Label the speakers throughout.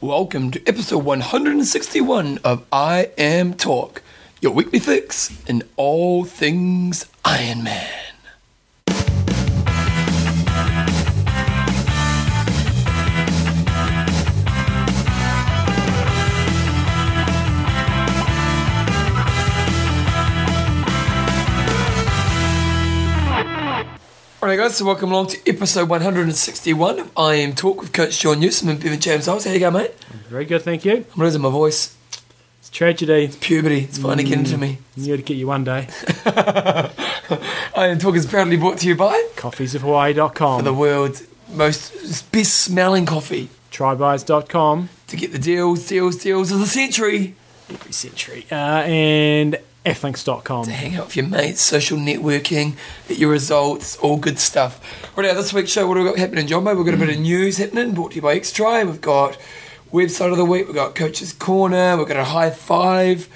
Speaker 1: Welcome to episode 161 of I Am Talk, your weekly fix in all things Iron Man. Alright guys, so welcome along to episode 161 of I Am Talk with Coach Sean Newsom and Bevan James Howes. How you going, mate?
Speaker 2: Very good, thank you.
Speaker 1: I'm losing my voice.
Speaker 2: It's tragedy.
Speaker 1: Puberty, it's finally getting to me.
Speaker 2: Knew it'd get you one day.
Speaker 1: I Am Talk is proudly brought to you by
Speaker 2: Coffeesofhawaii.com,
Speaker 1: the world's most best smelling coffee.
Speaker 2: Trybuys.com,
Speaker 1: To get the deals, deals, deals of the century.
Speaker 2: every century, uh, and Flinks.com.
Speaker 1: to hang out with your mates, social networking, get your results, all good stuff. Right now, this week's show, what have we got happening, John? Mate, we've got a bit of news happening, brought to you by X-Try. We've got website of the week, we've got Coach's Corner, we've got a high five.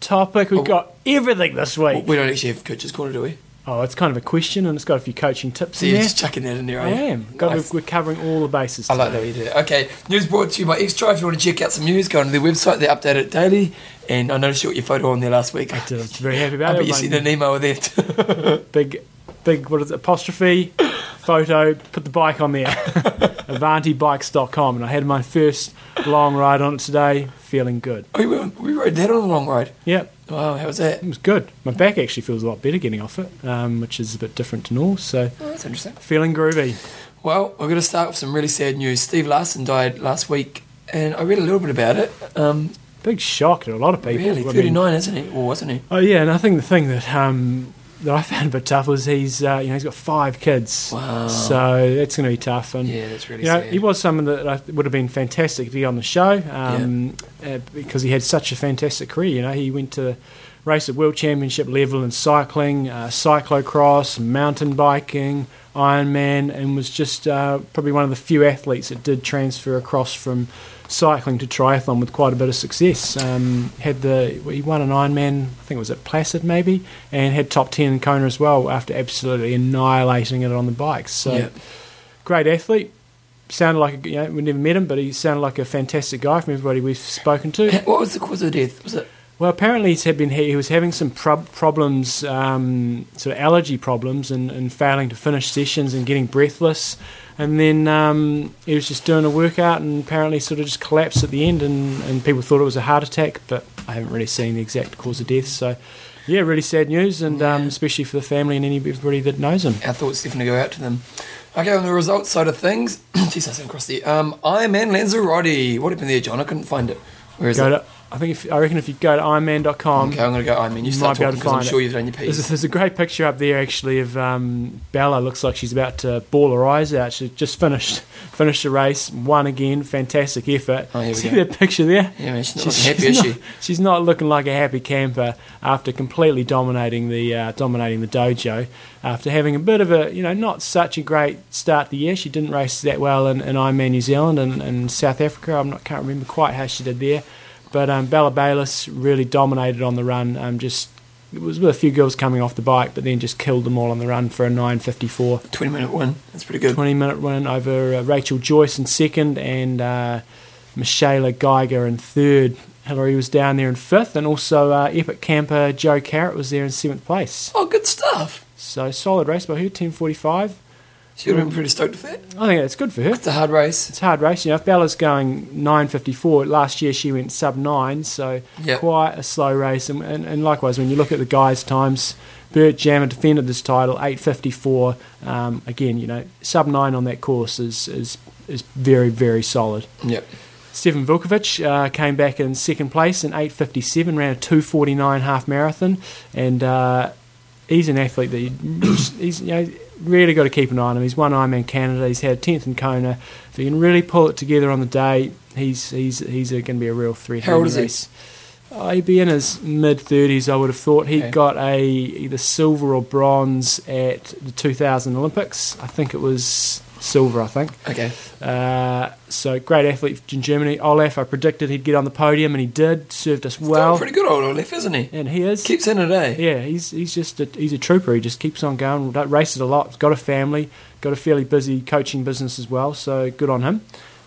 Speaker 2: Topic,
Speaker 1: Oh.
Speaker 2: we've got everything this
Speaker 1: Well,
Speaker 2: week.
Speaker 1: we don't actually have Coach's Corner, do we?
Speaker 2: Oh, it's kind of a question, and it's got a few coaching tips
Speaker 1: So you're
Speaker 2: in there.
Speaker 1: just chucking that in there,
Speaker 2: I
Speaker 1: are you?
Speaker 2: am. Got,
Speaker 1: Nice.
Speaker 2: We're covering all the bases.
Speaker 1: I like that way you did it. Okay, news brought to you by X-Try. If you want to check out some news, go on to their website, they update it daily. And I noticed you got your photo on there last week.
Speaker 2: I did. I was very happy
Speaker 1: I
Speaker 2: about
Speaker 1: bet
Speaker 2: it.
Speaker 1: you
Speaker 2: My
Speaker 1: sent an email with it.
Speaker 2: Big, big, what is it, apostrophe, photo, put the bike on there. AvantiBikes.com, and I had my first long ride on it today, feeling good.
Speaker 1: we, went- we rode that on the long ride.
Speaker 2: Yep.
Speaker 1: Wow, how was that?
Speaker 2: It was good. My back actually feels a lot better getting off it, um, which is a bit different to normal. So
Speaker 1: Oh, that's interesting.
Speaker 2: feeling groovy.
Speaker 1: Well, we're going to start with some really sad news. Steve Larson died last week, and I read a little bit about it. Um,
Speaker 2: Big shock to a lot of people.
Speaker 1: really,
Speaker 2: I mean-
Speaker 1: 39, isn't he? Or wasn't he?
Speaker 2: oh yeah, and I think the thing that um, that I found a bit tough was he's uh, you know he's got five kids,
Speaker 1: Wow.
Speaker 2: so that's going to be tough. And
Speaker 1: Yeah, that's really
Speaker 2: you know,
Speaker 1: sad.
Speaker 2: he was someone that I, would have been fantastic to be on the show um, uh, because he had such a fantastic career. You know, he went to race at world championship level in cycling, uh, cyclocross, mountain biking, Ironman, and was just uh, probably one of the few athletes that did transfer across from cycling to triathlon with quite a bit of success. Um, had the he won an Ironman, I think it was at Placid maybe, and had top ten in Kona as well after absolutely annihilating it on the bikes. So
Speaker 1: Yeah.
Speaker 2: great athlete. Sounded like a, you know, we never met him, but he sounded like a fantastic guy from everybody we've spoken to.
Speaker 1: What was the cause of death? Was it?
Speaker 2: Well, apparently he's had been he was having some prob- problems, um, sort of allergy problems, and, and failing to finish sessions and getting breathless. And then um, he was just doing a workout and apparently sort of just collapsed at the end, and, and people thought it was a heart attack, but I haven't really seen the exact cause of death. So, yeah, really sad news, and um, especially for the family and anybody that knows him.
Speaker 1: Our thoughts definitely go out to them. Okay, on the results side of things, Jesus, I'm across the. Um, Ironman Lanzarote. What happened there, John? I couldn't find it. Where is
Speaker 2: Go
Speaker 1: it?
Speaker 2: to, I think if, I reckon if you go to ironman.com,
Speaker 1: okay, I'm going to go Ironman. You
Speaker 2: You
Speaker 1: start
Speaker 2: might be
Speaker 1: talking
Speaker 2: able to
Speaker 1: because I'm
Speaker 2: find it.
Speaker 1: sure you've done your
Speaker 2: There's
Speaker 1: piece.
Speaker 2: a, there's a great picture up there actually of um, Bella. Looks like she's about to ball her eyes out. She just finished finished the race, won again. Fantastic effort.
Speaker 1: Oh, here we
Speaker 2: See
Speaker 1: go.
Speaker 2: that picture there?
Speaker 1: Yeah, man, she's not looking happy, is
Speaker 2: not,
Speaker 1: she?
Speaker 2: she's not looking like a happy camper after completely dominating the uh, dominating the dojo. After having a bit of a you know not such a great start to the year, she didn't race that well in, in Ironman New Zealand and, and South Africa. I'm not can't remember quite how she did there, but um, Bella Bayless really dominated on the run. Um, just it was with a few girls coming off the bike, but then just killed them all on the run for a 9:54.
Speaker 1: 20 minute win. That's pretty good.
Speaker 2: 20 minute run over uh, Rachel Joyce in second and uh, Michaela Geiger in third. Hillary was down there in fifth, and also uh, epic camper Joe Carrot was there in seventh place.
Speaker 1: Oh, good stuff.
Speaker 2: So solid race by her, 10:45.
Speaker 1: She would have been pretty stoked with that.
Speaker 2: I think that's good for her.
Speaker 1: It's a hard race.
Speaker 2: It's a hard race, you know. If Bella's going 9:54, last year she went sub nine, so
Speaker 1: Yep.
Speaker 2: quite a slow race. And, and, and likewise, when you look at the guys' times, Bert Jammer defended this title 8:54. Um, again, you know, sub nine on that course is is is very very solid.
Speaker 1: Yep.
Speaker 2: Stefan Vukovic uh, came back in second place in 8:57, ran a 2:49 half marathon, and uh, he's an athlete that you, he's you know, really got to keep an eye on him. He's won Ironman Canada, he's had 10th in Kona. If he can really pull it together on the day, he's he's he's going to be a real threat.
Speaker 1: How
Speaker 2: in
Speaker 1: old
Speaker 2: the
Speaker 1: is he?
Speaker 2: race. Uh, he'd be in his mid 30s, I would have thought. He
Speaker 1: Okay.
Speaker 2: got a either silver or bronze at the 2000 Olympics. I think it was silver. I think.
Speaker 1: Okay.
Speaker 2: Uh, so great athlete in Germany. Olaf, I predicted he'd get on the podium, and he did. Served us
Speaker 1: Well,
Speaker 2: well,
Speaker 1: pretty good old Olaf, isn't he?
Speaker 2: and he is.
Speaker 1: Keeps in it, eh?
Speaker 2: Yeah, he's he's just a, he's a trooper. He just keeps on going. Races a lot. Got a family. Got a fairly busy coaching business as well. So good on him.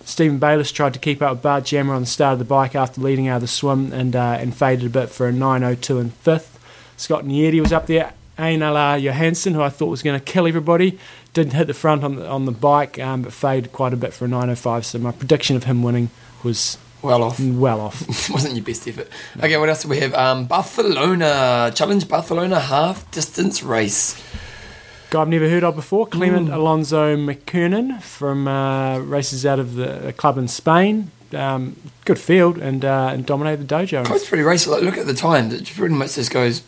Speaker 2: Stephen Bayless tried to keep up with Bart Jammer on the start of the bike after leading out of the swim and uh, and faded a bit for a 9.02 and fifth. Scott Niedi was up there. Ainala Johansson, who I thought was going to kill everybody, didn't hit the front on the, on the bike, um, but faded quite a bit for a 9.05. So my prediction of him winning was
Speaker 1: Well off.
Speaker 2: well off.
Speaker 1: Wasn't your best effort. Okay, what else do we have? Um, Barcelona Challenge Barcelona half distance race.
Speaker 2: Guy I've never heard of before,
Speaker 1: Mm.
Speaker 2: Clement Alonso McKernan from uh, races out of the a club in Spain. Um, good field and uh, and dominated the dojo.
Speaker 1: Coast pretty race. Like, look at the time. It pretty much just goes.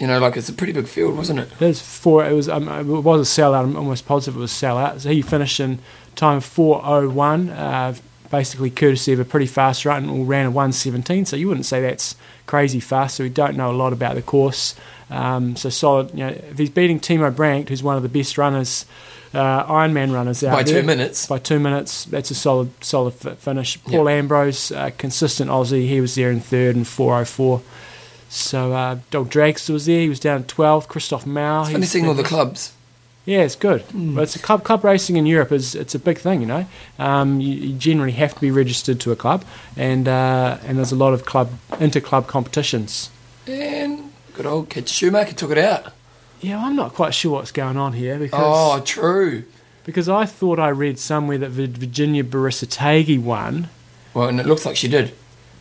Speaker 1: You know, like it's a pretty big field, wasn't it?
Speaker 2: It was four. It was um, it was a sellout. I'm almost positive it was a sellout. So he finished in time 4:01, uh, basically courtesy of a pretty fast run, and all ran a 1:17. So you wouldn't say that's crazy fast. So we don't know a lot about the course. Um, so solid. You know, if he's beating Timo Brandt, who's one of the best runners, uh, Ironman runners out
Speaker 1: By two
Speaker 2: there,
Speaker 1: minutes.
Speaker 2: by two minutes, that's a solid solid fi- finish. Paul Ambrose, uh, consistent Aussie, he was there in third and 4:04. So uh, Dog Dragster was there. He was down 12th. Christoph Mao.
Speaker 1: Funny seeing Hmm. all the clubs.
Speaker 2: Yeah, it's good. But it's a club club racing in Europe is it's a big thing, you know. Um, you, you generally have to be registered to a club, and uh, and there's a lot of club inter club competitions.
Speaker 1: And good old Kid Schumacher took it out.
Speaker 2: Yeah, I'm not quite sure what's going on here because
Speaker 1: Oh, true.
Speaker 2: because I thought I read somewhere that Vir- Virginia Barisatagi won,
Speaker 1: Well, and it looks like she did.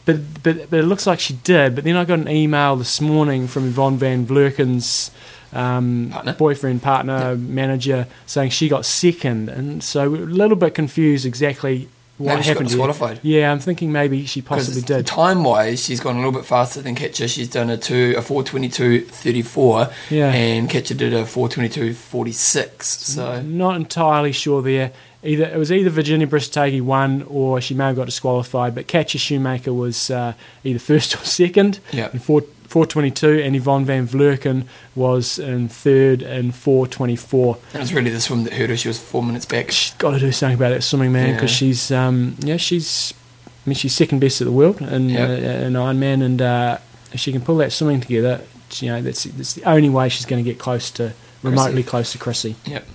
Speaker 2: but, but but it looks like she did. But then I got an email this morning from Yvonne Van Vleuken's um,
Speaker 1: Partner.
Speaker 2: boyfriend, partner, manager, saying she got second, and so we're a little bit confused exactly what
Speaker 1: Maybe she got
Speaker 2: happened. there.
Speaker 1: disqualified.
Speaker 2: Yeah, I'm thinking maybe she possibly
Speaker 1: Because
Speaker 2: did.
Speaker 1: time wise, she's gone a little bit faster than Ketcher. She's done a two a four twenty two thirty four,
Speaker 2: Yeah.
Speaker 1: and Ketcher did a four twenty two forty six. So
Speaker 2: Not entirely sure there. Either it was either Virginia Bristagi won, or she may have got disqualified. But Katja Shoemaker was uh, either first or second,
Speaker 1: Yeah.
Speaker 2: in four four twenty two, and Yvonne van Vleuken was in third and four twenty four.
Speaker 1: it was really the swim that hurt her. She was four minutes back.
Speaker 2: She's got to do something about that swimming, man,
Speaker 1: Yeah.
Speaker 2: because she's um, yeah, she's I mean she's second best at the world in
Speaker 1: Yep.
Speaker 2: uh, in Ironman, and uh, if she can pull that swimming together, you know that's that's the only way she's going to get close to remotely close to Chrissy.
Speaker 1: Yep.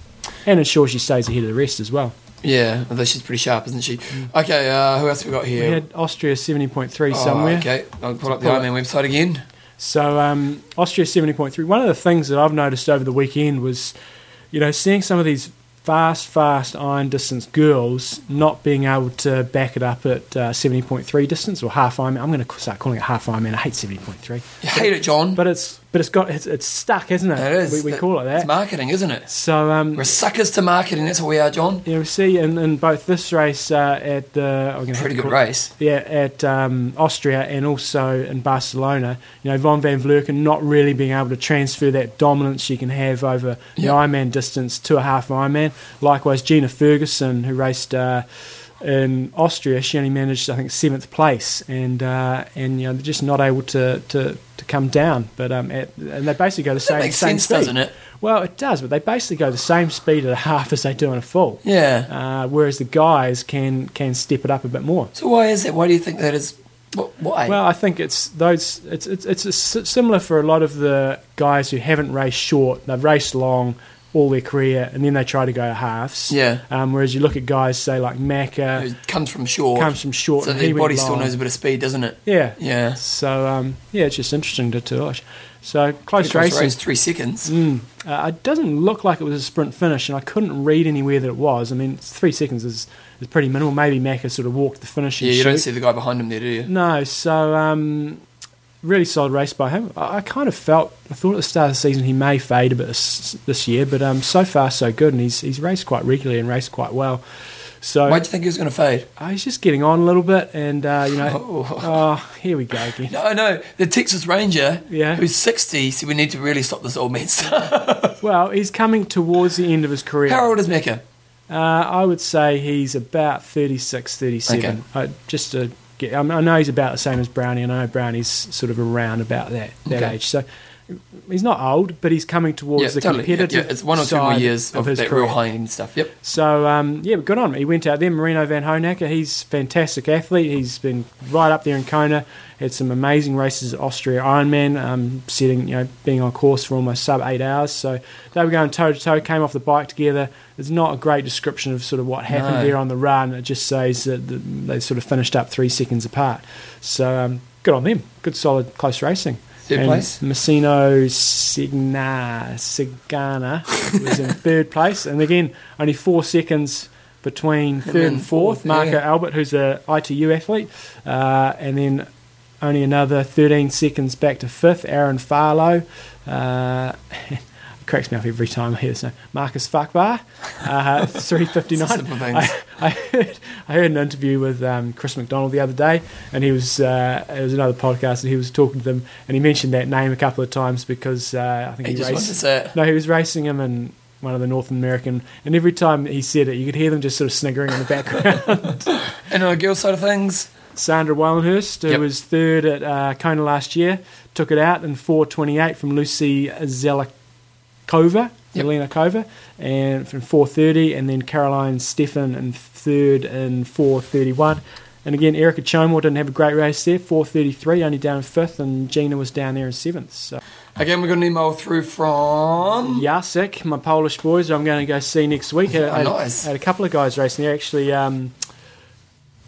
Speaker 2: And ensure she stays ahead of the rest as well.
Speaker 1: Yeah, although she's pretty sharp, isn't she? Okay, uh, who else we got
Speaker 2: Mm. We
Speaker 1: here?
Speaker 2: had Austria 70.3
Speaker 1: Oh,
Speaker 2: somewhere.
Speaker 1: Okay, I'll pull up the
Speaker 2: Pull it.
Speaker 1: Ironman website again.
Speaker 2: So um, Austria 70.3. One of the things that I've noticed over the weekend was, you know, seeing some of these fast, fast iron distance girls not being able to back it up at uh, 70.3 distance or half Ironman. I'm going to start calling it half Ironman. I hate 70.3,
Speaker 1: You hate it, John.
Speaker 2: but it's but it's got it's, it's stuck, isn't it?
Speaker 1: it is.
Speaker 2: We, we call it
Speaker 1: It's
Speaker 2: that.
Speaker 1: marketing, isn't it?
Speaker 2: So um,
Speaker 1: We're suckers to marketing. That's what we are, John.
Speaker 2: you know, we see in, in both this race uh, at the I'm gonna have
Speaker 1: Pretty
Speaker 2: to
Speaker 1: good
Speaker 2: call-
Speaker 1: race.
Speaker 2: yeah, at um, Austria and also in Barcelona. You know, Von Van Vleuten not really being able to transfer that dominance she can have over the
Speaker 1: Yeah.
Speaker 2: Ironman distance to a half Ironman. Likewise, Gina Ferguson, who raced uh, in Austria, she only managed, I think, seventh place, and uh, and you know they're just not able to to, to come down. But um, at, and they basically go the same
Speaker 1: That makes
Speaker 2: same
Speaker 1: sense,
Speaker 2: speed.
Speaker 1: doesn't it?
Speaker 2: Well, it does, but they basically go the same speed at a half as they do in a full.
Speaker 1: Yeah.
Speaker 2: Uh, whereas the guys can can step it up a bit more.
Speaker 1: So why is that? Why do you think that is? wh- Why?
Speaker 2: Well, I think it's those. It's it's it's a s similar for a lot of the guys who haven't raced short. They've raced long all their career, and then they try to go halves.
Speaker 1: Yeah.
Speaker 2: Um, whereas you look at guys, say like Macca,
Speaker 1: it comes from short.
Speaker 2: comes from short,
Speaker 1: so
Speaker 2: and
Speaker 1: the
Speaker 2: he went
Speaker 1: body still
Speaker 2: long.
Speaker 1: knows a bit of speed, doesn't it?
Speaker 2: Yeah.
Speaker 1: Yeah.
Speaker 2: So um, yeah, it's just interesting to to watch. So close
Speaker 1: Race
Speaker 2: racing.
Speaker 1: race three seconds.
Speaker 2: Mm. Uh, it doesn't look like it was a sprint finish, and I couldn't read anywhere that it was. I mean, three seconds is, is pretty minimal. Maybe Macca sort of walked the finish. And
Speaker 1: Yeah, you don't
Speaker 2: shoot.
Speaker 1: see the guy behind him there, do you?
Speaker 2: No, so um, really solid race by him. I, I kind of felt, I thought at the start of the season he may fade a bit this, this year, but um, so far so good, and he's he's raced quite regularly and raced quite well. So
Speaker 1: Why do you think he was going to fade?
Speaker 2: uh, he's just getting on a little bit, and uh, you know,
Speaker 1: Oh.
Speaker 2: oh, here we go again.
Speaker 1: No, no. The Texas Ranger,
Speaker 2: Yeah.
Speaker 1: who's 60, said we need to really stop this old man stuff.
Speaker 2: Well, he's coming towards the end of his career.
Speaker 1: How old is Mecca?
Speaker 2: Uh, I would say he's about 36, 37. Uh, just to get, I, mean, I know he's about the same as Brownie, and I know Brownie's sort of around about that, that
Speaker 1: Okay.
Speaker 2: age. So he's not old, but he's coming towards
Speaker 1: Yeah,
Speaker 2: the
Speaker 1: totally. Yeah,
Speaker 2: competitive
Speaker 1: yeah, it's one or two more
Speaker 2: side
Speaker 1: years of,
Speaker 2: his
Speaker 1: that
Speaker 2: career.
Speaker 1: real high end stuff. Yep.
Speaker 2: So um, yeah, but good on him. He went out there. Marino van Honacker, he's a fantastic athlete. He's been right up there in Kona. Had some amazing races at Austria Ironman, um, setting you know being on course for almost sub eight hours. So they were going toe to toe. Came off the bike together. It's not a great description of sort of what happened
Speaker 1: No.
Speaker 2: there on the run. It just says that the, they sort of finished up three seconds apart. So um, good on them. Good solid close racing.
Speaker 1: Third
Speaker 2: And
Speaker 1: place?
Speaker 2: Messino Signa Sigana was in third place, and again only four seconds between third
Speaker 1: then
Speaker 2: and fourth.
Speaker 1: fourth,
Speaker 2: Marco
Speaker 1: yeah.
Speaker 2: Albert, who's a ITU athlete, uh, and then only another 13 seconds back to fifth. Aaron Farlow. Uh, it cracks me up every time I hear this name. Marcus Fuckbar, uh, 359.
Speaker 1: It's a simple thing.
Speaker 2: I, I heard I heard an interview with um, Chris McDonald the other day, and he was uh, it was another podcast, and he was talking to them, and he mentioned that name a couple of times because uh, I think
Speaker 1: He
Speaker 2: he,
Speaker 1: just wants to
Speaker 2: raced.
Speaker 1: say it.
Speaker 2: No, he was racing him in one of the North American, and every time he said it, you could hear them just sort of sniggering in the background.
Speaker 1: And on the girl side of things,
Speaker 2: Sandra Wallenhurst, who
Speaker 1: Yep.
Speaker 2: was third at uh, Kona last year, took it out in 4:28 from Lucy Zelikova,
Speaker 1: Yep.
Speaker 2: Elena Kova, and from 4:30, and then Caroline Stefan in third in 4:31. And again, Erica Chomel didn't have a great race there, 4:33, only down in fifth, and Gina was down there in seventh. So
Speaker 1: again, we got an email through from.
Speaker 2: Jacek, my Polish boys, who I'm going to go see next week. Had,
Speaker 1: Oh,
Speaker 2: had-
Speaker 1: nice.
Speaker 2: had a couple of guys racing there actually. Um,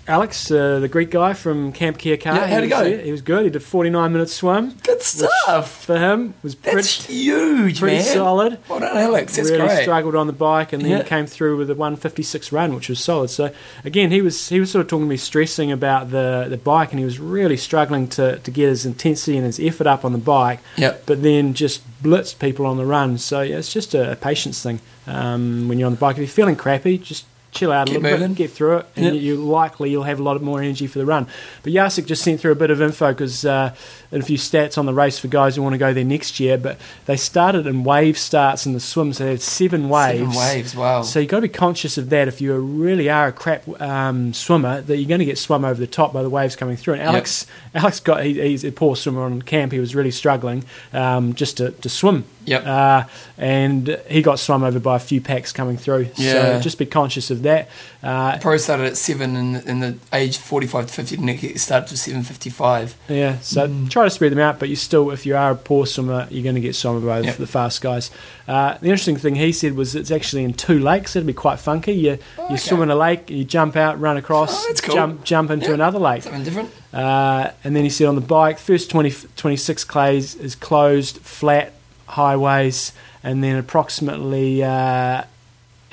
Speaker 2: Alex, uh, the Greek guy from Camp Kia Car,
Speaker 1: Yeah, how'd
Speaker 2: he
Speaker 1: it
Speaker 2: was
Speaker 1: go?
Speaker 2: there. He was good. He did a 49 minute swim
Speaker 1: Good stuff.
Speaker 2: for him. Was
Speaker 1: That's
Speaker 2: pretty,
Speaker 1: huge,
Speaker 2: pretty
Speaker 1: man.
Speaker 2: solid.
Speaker 1: Well done, Alex. That's
Speaker 2: really
Speaker 1: great.
Speaker 2: struggled on the bike and then
Speaker 1: Yeah.
Speaker 2: came through with a 156 run, which was solid. So again, he was he was sort of talking to me, stressing about the, the bike, and he was really struggling to, to get his intensity and his effort up on the bike.
Speaker 1: Yep.
Speaker 2: But then just blitzed people on the run. So yeah, it's just a, a patience thing um, when you're on the bike. If you're feeling crappy, just chill out a
Speaker 1: Keep
Speaker 2: little
Speaker 1: moving.
Speaker 2: bit, get through it, and
Speaker 1: Yep.
Speaker 2: you, you likely you'll have a lot more energy for the run. But Jacek just sent through a bit of info because uh, and a few stats on the race for guys who want to go there next year. But they started in wave starts in the swim, so they had seven waves.
Speaker 1: Seven waves. Wow.
Speaker 2: So you've got to be conscious of that if you really are a crap um, swimmer, that you're going to get swum over the top by the waves coming through. And Alex, Alex got he, he's a poor swimmer on camp. He was really struggling um, just to, to swim.
Speaker 1: Yep.
Speaker 2: Uh, and he got swum over by a few packs coming through.
Speaker 1: Yeah.
Speaker 2: So just be conscious of that. Uh,
Speaker 1: Pro started at seven, and, and the age forty-five to fifty Nick started to seven fifty-five.
Speaker 2: Yeah, so try to spread them out, but you still, if you are a poor swimmer, you're going to get swum by the-
Speaker 1: Yep.
Speaker 2: the fast guys. Uh, the interesting thing he said was it's actually in two lakes. It'd be quite funky. You
Speaker 1: Oh, Okay.
Speaker 2: you swim in a lake, you jump out, run across,
Speaker 1: Oh, that's cool.
Speaker 2: jump jump into
Speaker 1: Yeah.
Speaker 2: another lake.
Speaker 1: Something different.
Speaker 2: Uh, and then he said on the bike, first 20, 26 clays is closed, flat highways, and then approximately uh,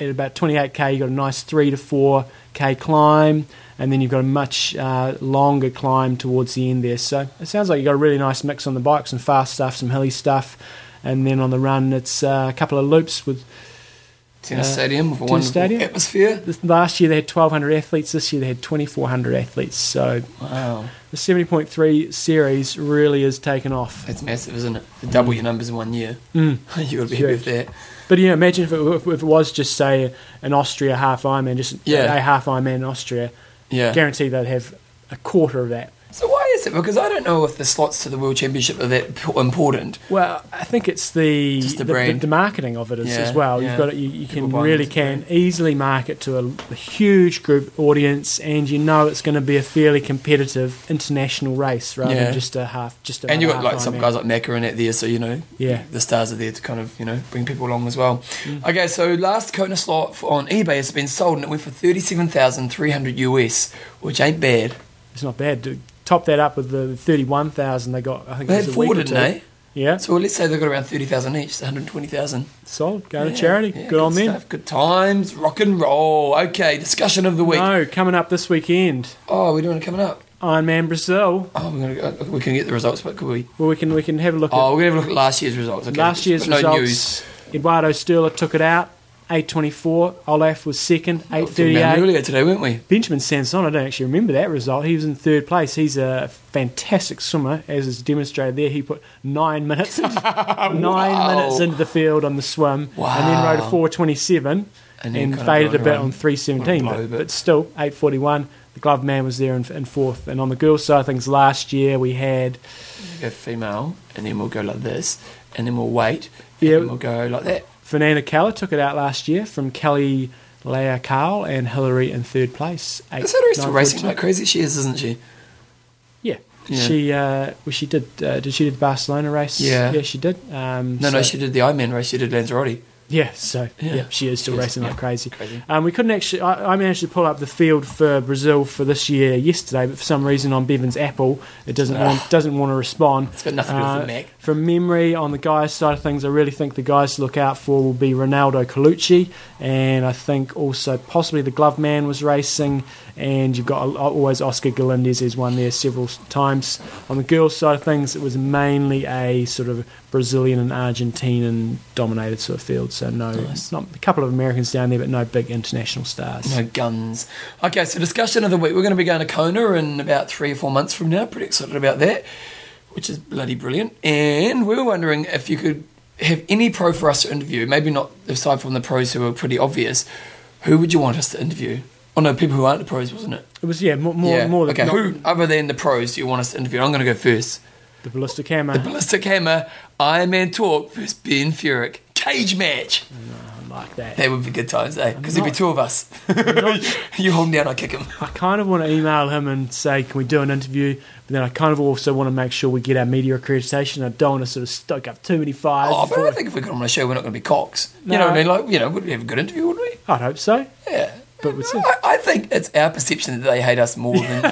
Speaker 2: at about 28k, you've got a nice 3 to 4k climb, and then you've got a much uh, longer climb towards the end there. So it sounds like you've got a really nice mix on the bike, some fast stuff, some hilly stuff, and then on the run, it's uh, a couple of loops with
Speaker 1: Tennis
Speaker 2: Uh,
Speaker 1: stadium with a
Speaker 2: tennis
Speaker 1: wonderful
Speaker 2: stadium?
Speaker 1: atmosphere.
Speaker 2: this, last year they had 1200 athletes this year they had 2400 athletes so
Speaker 1: Wow,
Speaker 2: the 70.3 series really is taken off
Speaker 1: that's massive, isn't it? To double your numbers in one year.
Speaker 2: Mm.
Speaker 1: you got to be happy with that.
Speaker 2: But you know, imagine if it, if it was just say an Austria half Ironman, just
Speaker 1: Yeah.
Speaker 2: a half Ironman in Austria.
Speaker 1: Yeah.
Speaker 2: Guarantee they'd have a quarter of that.
Speaker 1: So why is it? Because I don't know if the slots to the World Championship are that p- important.
Speaker 2: Well, I think it's the
Speaker 1: Just the
Speaker 2: the, the,
Speaker 1: brand.
Speaker 2: the marketing of it is,
Speaker 1: Yeah,
Speaker 2: as well.
Speaker 1: yeah.
Speaker 2: You've got it. You, you
Speaker 1: People
Speaker 2: can
Speaker 1: buying
Speaker 2: really
Speaker 1: into the
Speaker 2: can easily market to a, a huge group audience, and you know it's going to be a fairly competitive international race rather
Speaker 1: Yeah.
Speaker 2: than just a half. Just a
Speaker 1: And you
Speaker 2: half
Speaker 1: got like some
Speaker 2: Ironman.
Speaker 1: guys like Macca in it there, so you know
Speaker 2: Yeah. Mm.
Speaker 1: the stars are there to kind of you know bring people along as well. Okay, so last Kona slot for- on eBay has been sold and it went for thirty-seven thousand three hundred US, which ain't bad.
Speaker 2: It's not bad. To top that up with the thirty-one thousand they got. I think
Speaker 1: They
Speaker 2: it was
Speaker 1: had
Speaker 2: a
Speaker 1: four,
Speaker 2: week or
Speaker 1: didn't
Speaker 2: two.
Speaker 1: they?
Speaker 2: Yeah,
Speaker 1: So let's say they got around thirty thousand each, one hundred twenty thousand.
Speaker 2: solid. Go
Speaker 1: Yeah,
Speaker 2: to charity.
Speaker 1: yeah,
Speaker 2: good, on them.
Speaker 1: stuff, Good times, rock and roll. Okay, discussion of the week.
Speaker 2: No, coming up this weekend,
Speaker 1: Oh, we're doing it coming up.
Speaker 2: Ironman Brazil.
Speaker 1: Oh, we're gonna go, we can get the results, but could we?
Speaker 2: Well, we can we can have a look
Speaker 1: Oh, we're gonna have a look at last year's results.
Speaker 2: at
Speaker 1: Okay,
Speaker 2: last year's
Speaker 1: but no
Speaker 2: results.
Speaker 1: News.
Speaker 2: Eduardo Stirler took it out, eight twenty four. Olaf was second,
Speaker 1: We
Speaker 2: eight
Speaker 1: were talking
Speaker 2: thirty
Speaker 1: about it
Speaker 2: eight.
Speaker 1: earlier today, weren't we?
Speaker 2: Benjamin Sanson, I don't actually remember that result. He was in third place. He's a fantastic swimmer, as is demonstrated there. He put nine minutes, nine
Speaker 1: Wow.
Speaker 2: minutes into the field on the swim, and then rode
Speaker 1: Wow.
Speaker 2: a four twenty seven,
Speaker 1: And
Speaker 2: and,
Speaker 1: then kind of
Speaker 2: faded a
Speaker 1: rode
Speaker 2: bit
Speaker 1: around.
Speaker 2: on three seventeen.
Speaker 1: What a blow,
Speaker 2: But,
Speaker 1: but-
Speaker 2: but still, eight forty one. the glove man was there in, in fourth. And on the girls' side, I think last year we had
Speaker 1: We go female, and then we'll go like this, and then we'll wait, and
Speaker 2: Yeah.
Speaker 1: then we'll go like that.
Speaker 2: Fernanda Keller took it out last year from Kelly Leah Carl and Hillary in third place. Eight,
Speaker 1: Is Hillary's still
Speaker 2: nine,
Speaker 1: racing
Speaker 2: fourteen.
Speaker 1: like crazy? She is, isn't she?
Speaker 2: Yeah.
Speaker 1: Yeah.
Speaker 2: She uh, well, she did uh, did she did the Barcelona race?
Speaker 1: Yeah.
Speaker 2: yeah, she did. Um,
Speaker 1: No, no,
Speaker 2: so-
Speaker 1: she did the Ironman race. She did Lanzarote.
Speaker 2: Yeah, so
Speaker 1: Yeah.
Speaker 2: yeah, she is still
Speaker 1: She is,
Speaker 2: racing like
Speaker 1: yeah.
Speaker 2: crazy.
Speaker 1: Crazy.
Speaker 2: Um, we couldn't actually. I, I managed to pull up the field for Brazil for this year yesterday, but for some reason on Bevan's Apple, it doesn't
Speaker 1: Ah.
Speaker 2: want, doesn't want to respond. Uh,
Speaker 1: It's got nothing to do with the Mac.
Speaker 2: From memory, on the guys' side of things, I really think the guys to look out for will be Ronaldo Colucci, and I think also possibly the glove man was racing, and you've got a- always Oscar Galindez has won there several s- times. On the girls' side of things, it was mainly a sort of Brazilian and Argentinian dominated sort of field, so no,
Speaker 1: Nice.
Speaker 2: not a couple of Americans down there, but no big international stars.
Speaker 1: No guns. Okay, so discussion of the week. We're going to be going to Kona in about three or four months from now. Pretty excited about that, which is bloody brilliant. And we were wondering if you could have any pro for us to interview. Maybe not aside from the pros who are pretty obvious. Who would you want us to interview? Oh no, people who aren't the pros, wasn't it?
Speaker 2: It was yeah, more more,
Speaker 1: yeah.
Speaker 2: more than
Speaker 1: okay.
Speaker 2: not-
Speaker 1: Who other than the pros do you want us to interview? I'm going to go first.
Speaker 2: the ballistic hammer.
Speaker 1: Ballistic Hammer, Iron Man Talk versus Ben Furick. Cage match.
Speaker 2: I like that.
Speaker 1: That would be good times, eh? Because there'd be
Speaker 2: not-
Speaker 1: two of us. you hold him down, I kick him.
Speaker 2: I kind of want to email him and say, can we do an interview? But then I kind of also want to make sure we get our media accreditation. I don't want to sort of stoke up too many fires.
Speaker 1: Oh, but
Speaker 2: before-
Speaker 1: I think if we got him on the show, we're not going to be cocks. You know
Speaker 2: No.
Speaker 1: what I mean? Like, you know, would we have a good interview, would we?
Speaker 2: I'd hope so.
Speaker 1: Yeah.
Speaker 2: But we'll see.
Speaker 1: I, I think it's our perception that they hate us more than.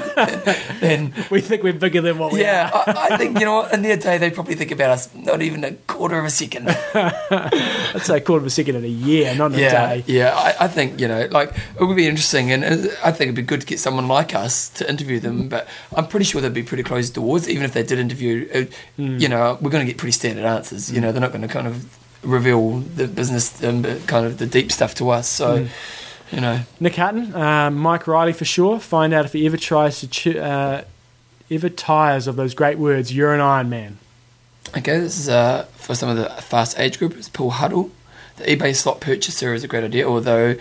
Speaker 1: than,
Speaker 2: We think we're bigger than what we are.
Speaker 1: yeah, I, I think, you know, what, in their day, they probably think about us not even a quarter of a second.
Speaker 2: I'd say a quarter of a second in a year, not in
Speaker 1: yeah,
Speaker 2: a day.
Speaker 1: Yeah, I, I think, you know, like, it would be interesting, and uh, I think it'd be good to get someone like us to interview them,
Speaker 2: Mm.
Speaker 1: but I'm pretty sure they'd be pretty closed doors, even if they did interview, uh,
Speaker 2: Mm.
Speaker 1: you know, we're going to get pretty standard answers, you know, they're not going to kind of reveal the business, um, but kind of the deep stuff to us,
Speaker 2: Mm.
Speaker 1: so, you know.
Speaker 2: Nick Hutton, um, Mike Riley for sure. Find out if he ever tries to, ch- uh, ever tires of those great words, you're an Iron Man.
Speaker 1: Okay, this is uh, for some of the fast age group, it's Paul Huddle. The eBay slot purchaser is a great idea, although,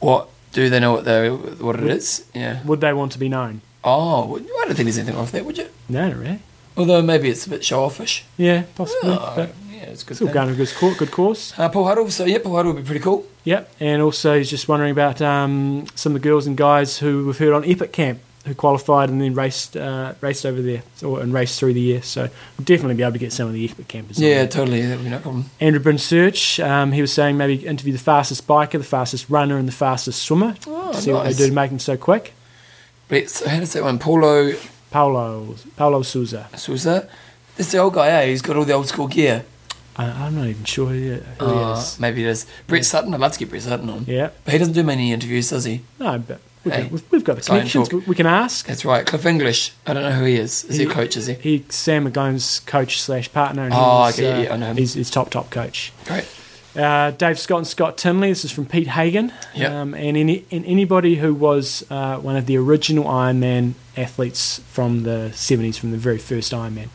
Speaker 1: what do they know what, they, what it is? Yeah.
Speaker 2: Would they want to be known?
Speaker 1: Oh, well, I don't think there's anything wrong with that, would you?
Speaker 2: No, not really.
Speaker 1: Although maybe it's a bit show offish.
Speaker 2: Yeah, possibly.
Speaker 1: Oh,
Speaker 2: but
Speaker 1: yeah, it's a good.
Speaker 2: it's all
Speaker 1: thing.
Speaker 2: going to a good cour- good course.
Speaker 1: Uh, Paul Huddle, so yeah, Paul Huddle would be pretty cool.
Speaker 2: Yep, and also he's just wondering about um, some of the girls and guys who we've heard on Epic Camp who qualified and then raced uh, raced over there or, and raced through the year. So we'll definitely be able to get some of the Epic Campers. on.
Speaker 1: Yeah, totally. That would be no problem.
Speaker 2: Andrew Bryn Search, um, he was saying maybe interview the fastest biker, the fastest runner, and the fastest swimmer
Speaker 1: Oh,
Speaker 2: to see what they
Speaker 1: nice.
Speaker 2: do to make them so quick.
Speaker 1: But so how does that one? Paulo
Speaker 2: Paulo Paulo Souza.
Speaker 1: Sousa. That's the old guy, eh? He's got all the old school gear.
Speaker 2: I, I'm not even sure who, who
Speaker 1: Uh,
Speaker 2: he is.
Speaker 1: Maybe it is. Brett Sutton. I'd love to get Brett Sutton on.
Speaker 2: Yeah,
Speaker 1: But he doesn't do many interviews, does he?
Speaker 2: no, but we
Speaker 1: Hey,
Speaker 2: can, we've, we've got the
Speaker 1: Science
Speaker 2: connections. We,
Speaker 1: talk.
Speaker 2: we can ask.
Speaker 1: That's right. Cliff English. I don't know who he is. Is he, a
Speaker 2: He-
Speaker 1: coach, is he?
Speaker 2: He Sam McGone's coach slash partner. And he
Speaker 1: Oh,
Speaker 2: was,
Speaker 1: okay, yeah,
Speaker 2: uh,
Speaker 1: yeah, I know him.
Speaker 2: He's, he's top top coach.
Speaker 1: Great.
Speaker 2: Uh, Dave Scott and Scott Tinley. This is from Pete Hagan.
Speaker 1: Yep.
Speaker 2: Um, and any and anybody who was uh, one of the original Ironman athletes from the seventies, from the very first Ironman.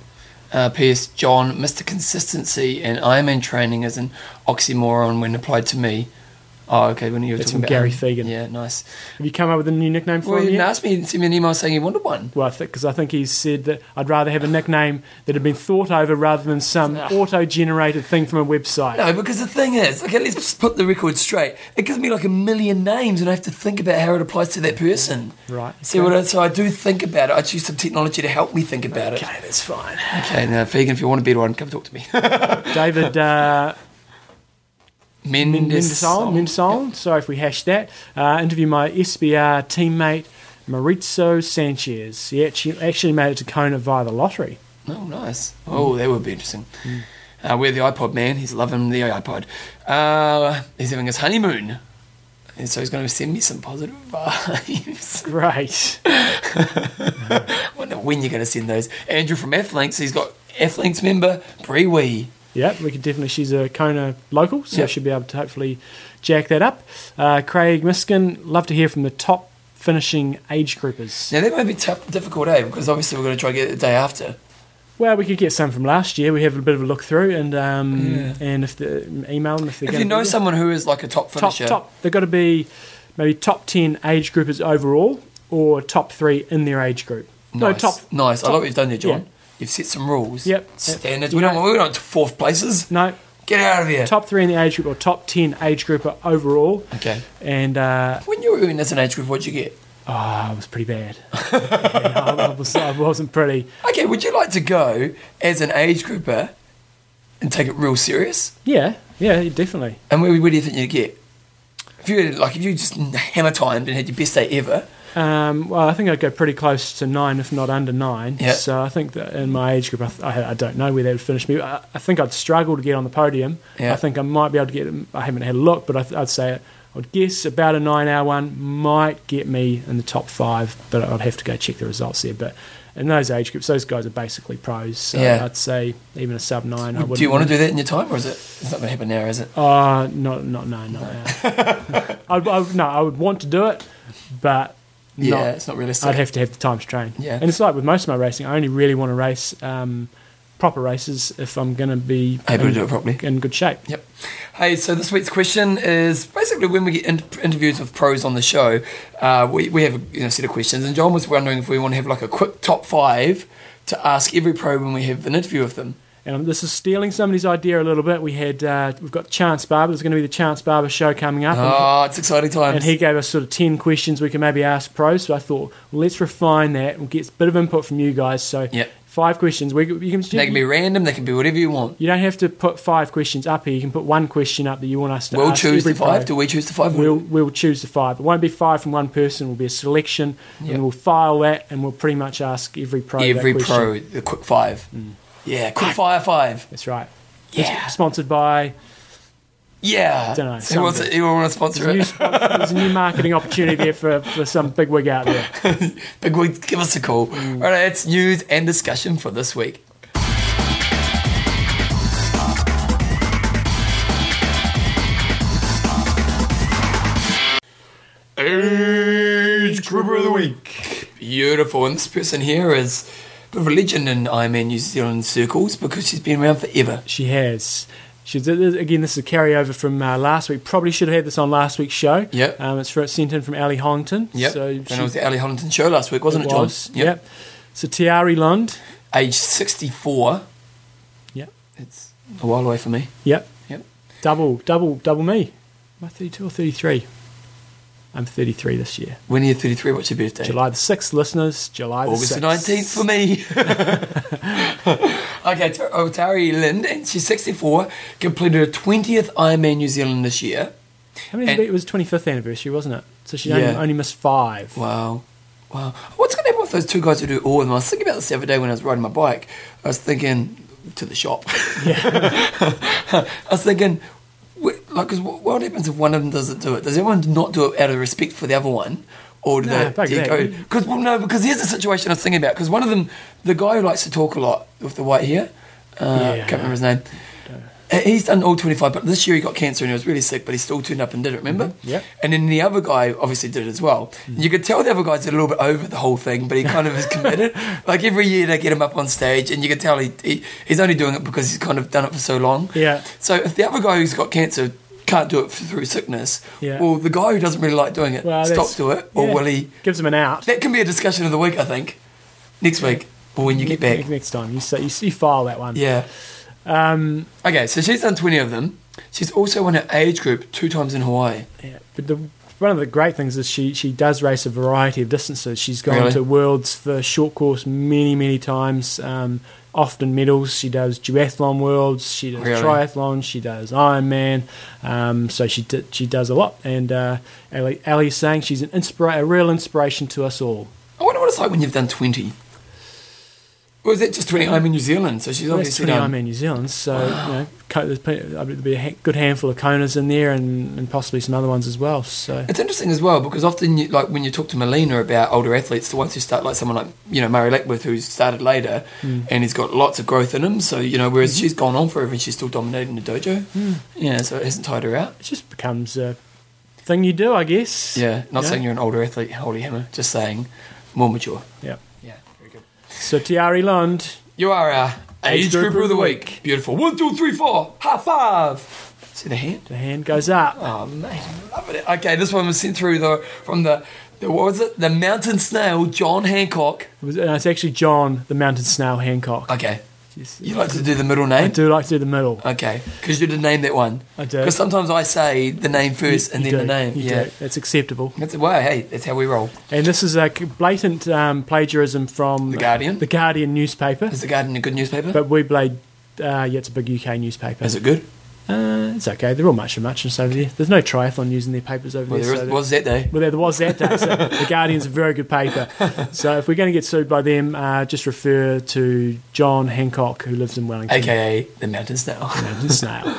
Speaker 1: Uh, P.S. John, Mr. Consistency and Ironman training is an oxymoron when applied to me. Oh, okay. When you were
Speaker 2: That's
Speaker 1: talking
Speaker 2: from Gary
Speaker 1: about
Speaker 2: Fegan.
Speaker 1: Yeah, nice.
Speaker 2: Have you come up with a new nickname for
Speaker 1: Well,
Speaker 2: him
Speaker 1: he
Speaker 2: yet?
Speaker 1: asked me, sent me an email saying he wanted one.
Speaker 2: Well, because I, think he said that I'd rather have a nickname that had been thought over rather than some
Speaker 1: Ugh.
Speaker 2: auto-generated thing from a website.
Speaker 1: No, because the thing is, okay, let's just put the record straight. It gives me like a million names, and I have to think about how it applies to that person.
Speaker 2: Right,
Speaker 1: See
Speaker 2: okay.
Speaker 1: what? I, so I do think about it. I choose some technology to help me think about
Speaker 2: Okay, that's fine.
Speaker 1: it. Okay, now vegan, if you want a better one, come talk to me.
Speaker 2: David uh,
Speaker 1: Mendesol.
Speaker 2: Mendesol. Mendesol. Sorry if we hashed that. Uh, interview my SBR teammate Mauricio Sanchez. He actually, actually made it to Kona via the lottery.
Speaker 1: Oh, nice. Oh, that would be interesting. Uh, we're the iPod man. He's loving the iPod. Uh, he's having his honeymoon, and so he's going to send me some positive vibes.
Speaker 2: Great.
Speaker 1: wonder when you're going to send those. Andrew from F Links, he's got F Links member Bree Wee.
Speaker 2: Yep, we could definitely. She's a Kona local, so
Speaker 1: Yep.
Speaker 2: she'll be able to hopefully jack that up. Uh, Craig Miskin, love to hear from the top finishing age groupers.
Speaker 1: Now that might be tough, difficult, eh? Because obviously we're going to try to get it the day after.
Speaker 2: Well, we could get some from last year. We have a bit of a look through, and um,
Speaker 1: Yeah.
Speaker 2: and if the email them if they're
Speaker 1: If
Speaker 2: gonna
Speaker 1: you
Speaker 2: be
Speaker 1: know
Speaker 2: there.
Speaker 1: someone who is like a top
Speaker 2: top
Speaker 1: finisher,
Speaker 2: top. They've got to be maybe top ten age groupers overall, or top three in their age group. No,
Speaker 1: Nice.
Speaker 2: top.
Speaker 1: Nice. I
Speaker 2: top-
Speaker 1: like what you've done there, John.
Speaker 2: yeah.
Speaker 1: You've set some rules.
Speaker 2: Yep.
Speaker 1: Standards.
Speaker 2: Yep.
Speaker 1: We don't want we don't want fourth places.
Speaker 2: No,
Speaker 1: Get out of here.
Speaker 2: top three in the age group or top ten age group overall.
Speaker 1: Okay.
Speaker 2: And uh,
Speaker 1: When you were in as an age group, what'd you get?
Speaker 2: oh, I was pretty bad. Yeah, I, I was, I wasn't pretty.
Speaker 1: Okay, would you like to go as an age grouper and take it real serious?
Speaker 2: Yeah, yeah, definitely.
Speaker 1: And where, where do you think you'd get? If you had, like if you just hammer timed and had your best day ever,
Speaker 2: Um, well, I think I'd go pretty close to nine, if not under nine.
Speaker 1: Yeah.
Speaker 2: So I think that in my age group, I, th- I, I don't know where they would finish me. I, I think I'd struggle to get on the podium.
Speaker 1: Yeah.
Speaker 2: I think I might be able to get. I haven't had a look, but I, th- I'd say I would guess about a nine-hour one might get me in the top five, but I'd have to go check the results there. But in those age groups, those guys are basically pros. So
Speaker 1: Yeah.
Speaker 2: I'd say even a sub nine. I
Speaker 1: do you want to do that in your time, or is it? It's not going to happen now, is it?
Speaker 2: Uh, not not no no. no. I'd, I, would- no, I would want to do it, but
Speaker 1: Yeah,
Speaker 2: not,
Speaker 1: it's not realistic.
Speaker 2: I'd have to have the time to train.
Speaker 1: Yeah.
Speaker 2: And it's like with most of my racing, I only really want to race um, proper races if I'm going to be
Speaker 1: Able to
Speaker 2: in-
Speaker 1: do it properly.
Speaker 2: in good shape.
Speaker 1: Yep. Hey, so this week's question is basically when we get in- interviews with pros on the show, uh, we, we have a you know, set of questions, and John was wondering if we want to have like a quick top five to ask every pro when we have an interview with them.
Speaker 2: And this is stealing somebody's idea a little bit. We had uh, we've got Chance Barber. There's going to be the Chance Barber show coming up. and-
Speaker 1: Oh, it's exciting times.
Speaker 2: Um, and he gave us sort of 10 questions we can maybe ask pros. So I thought, well, let's refine that and get a bit of input from you guys. So,
Speaker 1: Yep.
Speaker 2: five questions. We, you can,
Speaker 1: they can be random. They can be whatever you want.
Speaker 2: You don't have to put five questions up here. You can put one question up that you want us to
Speaker 1: We'll
Speaker 2: ask
Speaker 1: choose
Speaker 2: every
Speaker 1: the five.
Speaker 2: pro.
Speaker 1: Do we choose the five?
Speaker 2: We'll, we'll choose the five. It won't be five from one person. It will be a selection,
Speaker 1: Yep.
Speaker 2: and we'll file that, and we'll pretty much ask every pro. that
Speaker 1: every
Speaker 2: question. Mm.
Speaker 1: pro the quick five. Yeah, quick fire five.
Speaker 2: That's right.
Speaker 1: Yeah,
Speaker 2: It's sponsored by.
Speaker 1: yeah.
Speaker 2: Dunno,
Speaker 1: who wants
Speaker 2: something.
Speaker 1: it? Who wants to
Speaker 2: There's
Speaker 1: sponsor
Speaker 2: a, new,
Speaker 1: it?
Speaker 2: spon- there's a new marketing opportunity there for, for some big wig out there.
Speaker 1: Big wigs, give us a call. All right, that's news and discussion for this week. Age Grouper of the Week. Beautiful. And this person here is a bit of a legend in Ironman New Zealand circles because she's been around forever.
Speaker 2: She has. She's, again, this is a carryover from uh, last week. Probably should have had this on last week's show.
Speaker 1: Yep.
Speaker 2: Um, it's for, sent in from Ali Hongton.
Speaker 1: Yep.
Speaker 2: So
Speaker 1: and
Speaker 2: she-
Speaker 1: it was the Ali Hollington show last week, wasn't it, John?
Speaker 2: was. Yep. So Tiari Lund.
Speaker 1: Age 64.
Speaker 2: Yep.
Speaker 1: It's a while away for me.
Speaker 2: Yep.
Speaker 1: Yep.
Speaker 2: Double, double, double me. Am I 32 or 33? I'm 33 this year.
Speaker 1: When are you 33? What's your birthday?
Speaker 2: July the 6th, listeners. July the
Speaker 1: August
Speaker 2: 6th.
Speaker 1: the 19th for me. okay, T- oh, Tari Lind, and she's 64, completed her 20th Ironman New Zealand this year.
Speaker 2: How many
Speaker 1: And-
Speaker 2: it was 25th anniversary, wasn't it? So she only,
Speaker 1: Yeah.
Speaker 2: only missed five.
Speaker 1: Wow. Wow. What's going to happen with those two guys who do all of them? I was thinking about this the other day when I was riding my bike. I was thinking to the shop. I was thinking, wh- like, 'cause what, what happens if one of them doesn't do it? Does everyone not do it out of respect for the other one? Or do
Speaker 2: Nah,
Speaker 1: they,
Speaker 2: fuck
Speaker 1: do you
Speaker 2: that.
Speaker 1: go? Because well, no, because here's the situation I was thinking about. Because one of them, the guy who likes to talk a lot with the white hair, uh,
Speaker 2: Yeah.
Speaker 1: can't remember his name. Uh, He's done all 25, but this year he got cancer and he was really sick, but he still turned up and did it, remember?
Speaker 2: Yep.
Speaker 1: And then the other guy obviously did it as well.
Speaker 2: Mm.
Speaker 1: You could tell the other guy's a little bit over the whole thing, but he kind of is committed. like every year they get him up on stage, and you could tell he, he he's only doing it because he's kind of done it for so long.
Speaker 2: Yeah.
Speaker 1: So if the other guy who's got cancer can't do it f- through sickness,
Speaker 2: Yeah.
Speaker 1: well, the guy who doesn't really like doing it
Speaker 2: Well,
Speaker 1: stop
Speaker 2: that's-
Speaker 1: do it, or
Speaker 2: yeah.
Speaker 1: will he?
Speaker 2: Gives them an out.
Speaker 1: That can be a discussion of the week, I think. Next week, or when you get back.
Speaker 2: Ne- Next time. You, say, you, you file that one.
Speaker 1: Yeah.
Speaker 2: Um,
Speaker 1: Okay, so she's done 20 of them. She's also won her age group two times in Hawaii.
Speaker 2: yeah. But the, one of the great things is she, she does race a variety of distances. She's gone
Speaker 1: Really?
Speaker 2: to worlds for short course many, many times, um, often medals. She does duathlon worlds, she does
Speaker 1: Really?
Speaker 2: triathlon, she does Ironman. Um, so she d- she does a lot. And uh, Ali, Ali's saying she's an inspira- a real inspiration to us all.
Speaker 1: I wonder what it's like when you've done 20. Or is that just 20? I'm in New Zealand, so she's
Speaker 2: Well, that's
Speaker 1: obviously
Speaker 2: 20
Speaker 1: done.
Speaker 2: Ironman New Zealand, so you know, co- there's pe- there'll be a ha- good handful of Konas in there and, and possibly some other ones as well. So
Speaker 1: It's interesting as well because often, you, like when you talk to Melina about older athletes, the ones who start, like someone like you know Murray Lackworth, who's started later
Speaker 2: Hmm.
Speaker 1: and he's got lots of growth in him. So you know, whereas she's gone on forever and she's still dominating the dojo.
Speaker 2: Hmm.
Speaker 1: Yeah, so it hasn't tied her out.
Speaker 2: it just becomes a thing you do, I guess.
Speaker 1: Yeah, not
Speaker 2: Yeah.
Speaker 1: saying you're an older athlete, holy hammer. Just saying, more mature.
Speaker 2: Yeah.
Speaker 1: Yeah, very good.
Speaker 2: So Tiari Lund,
Speaker 1: You are our age, grouper, of the week. Beautiful. One, two, three, four. High five. See the hand.
Speaker 2: the hand goes up.
Speaker 1: Oh mate, I'm loving it. Okay, this one was sent through the from the The, what was it? The mountain snail, John Hancock.
Speaker 2: It was, uh, it's actually John the Mountain Snail Hancock.
Speaker 1: Okay.
Speaker 2: Yes.
Speaker 1: You like to do the middle
Speaker 2: I
Speaker 1: name?
Speaker 2: do like to do the middle.
Speaker 1: Okay. Because you did name that one.
Speaker 2: I do.
Speaker 1: Because sometimes I say the name first
Speaker 2: You-
Speaker 1: and
Speaker 2: you
Speaker 1: then the
Speaker 2: do,
Speaker 1: name.
Speaker 2: you
Speaker 1: yeah.
Speaker 2: do. That's acceptable.
Speaker 1: That's wow. Hey, that's how we roll.
Speaker 2: And this is a c- blatant um, plagiarism from
Speaker 1: The Guardian?
Speaker 2: the Guardian newspaper.
Speaker 1: Is the Guardian a good newspaper?
Speaker 2: But we played. Uh, yeah, it's a big UK newspaper.
Speaker 1: is it good?
Speaker 2: Uh, it's okay. They're all much and much and so over there. There's no triathlon using their papers over
Speaker 1: Well,
Speaker 2: there.
Speaker 1: there is,
Speaker 2: so that-
Speaker 1: was that day.
Speaker 2: well, there was that day. So the Guardian's a very good paper. So if we're going to get sued by them, uh, just refer to John Hancock, who lives in Wellington.
Speaker 1: AKA the mountain snail.
Speaker 2: Known as snail.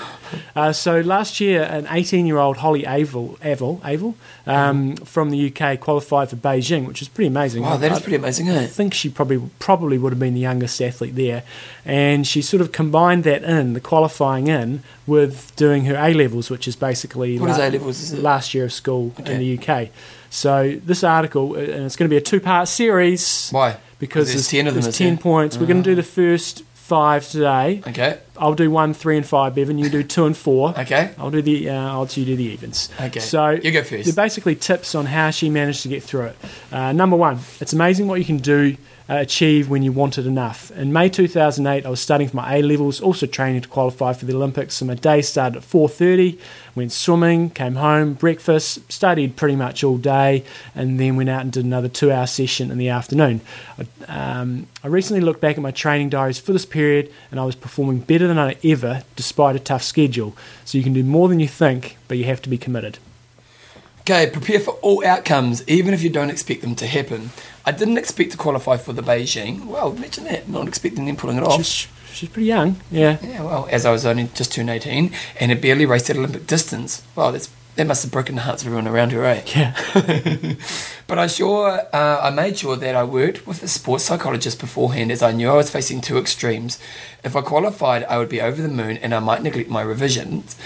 Speaker 2: Uh, so last year, an 18-year-old Holly Avil, Avil, Avil um, from the UK qualified for Beijing, which is pretty amazing.
Speaker 1: wow, that
Speaker 2: I-
Speaker 1: is pretty amazing,
Speaker 2: I
Speaker 1: isn't it?
Speaker 2: think she probably probably would have been the youngest athlete there, and she sort of combined that in the qualifying in with doing her A levels, which is basically
Speaker 1: What is
Speaker 2: la-
Speaker 1: A-levels, is it?
Speaker 2: last year of school
Speaker 1: Okay.
Speaker 2: in the UK. So this article, uh, and it's going to be a two-part series
Speaker 1: Why?
Speaker 2: because
Speaker 1: There's 10 of them,
Speaker 2: there's
Speaker 1: is there? Ah.
Speaker 2: ten points. We're going to do the first five today.
Speaker 1: Okay.
Speaker 2: I'll do one, three, and five, Bevan. You do two and four.
Speaker 1: Okay.
Speaker 2: I'll do the uh, I'll do the evens.
Speaker 1: Okay.
Speaker 2: So
Speaker 1: You go first.
Speaker 2: They're basically tips on how she managed to get through it. Uh, number one, it's amazing what you can do. Uh, achieve when you want it enough. In May 2008, I was studying for my A levels, also training to qualify for the Olympics. So my day started at 4:30, went swimming, came home, breakfast, studied pretty much all day, and then went out and did another two-hour session in the afternoon. I, um, I recently looked back at my training diaries for this period, and I was performing better than I ever, despite a tough schedule. So you can do more than you think, but you have to be committed.
Speaker 1: Okay, prepare for all outcomes, even if you don't expect them to happen. I didn't expect to qualify for the Beijing. Well, imagine that, not expecting them pulling it off.
Speaker 2: She's, she's pretty young, yeah.
Speaker 1: Yeah, well, as I was only just turned 18 and had barely raced at Olympic distance. Wow, that's, that must have broken the hearts of everyone around her, eh?
Speaker 2: Yeah.
Speaker 1: But I sure, uh, I made sure that I worked with a sports psychologist beforehand as I knew I was facing two extremes. If I qualified, I would be over the moon and I might neglect my revisions.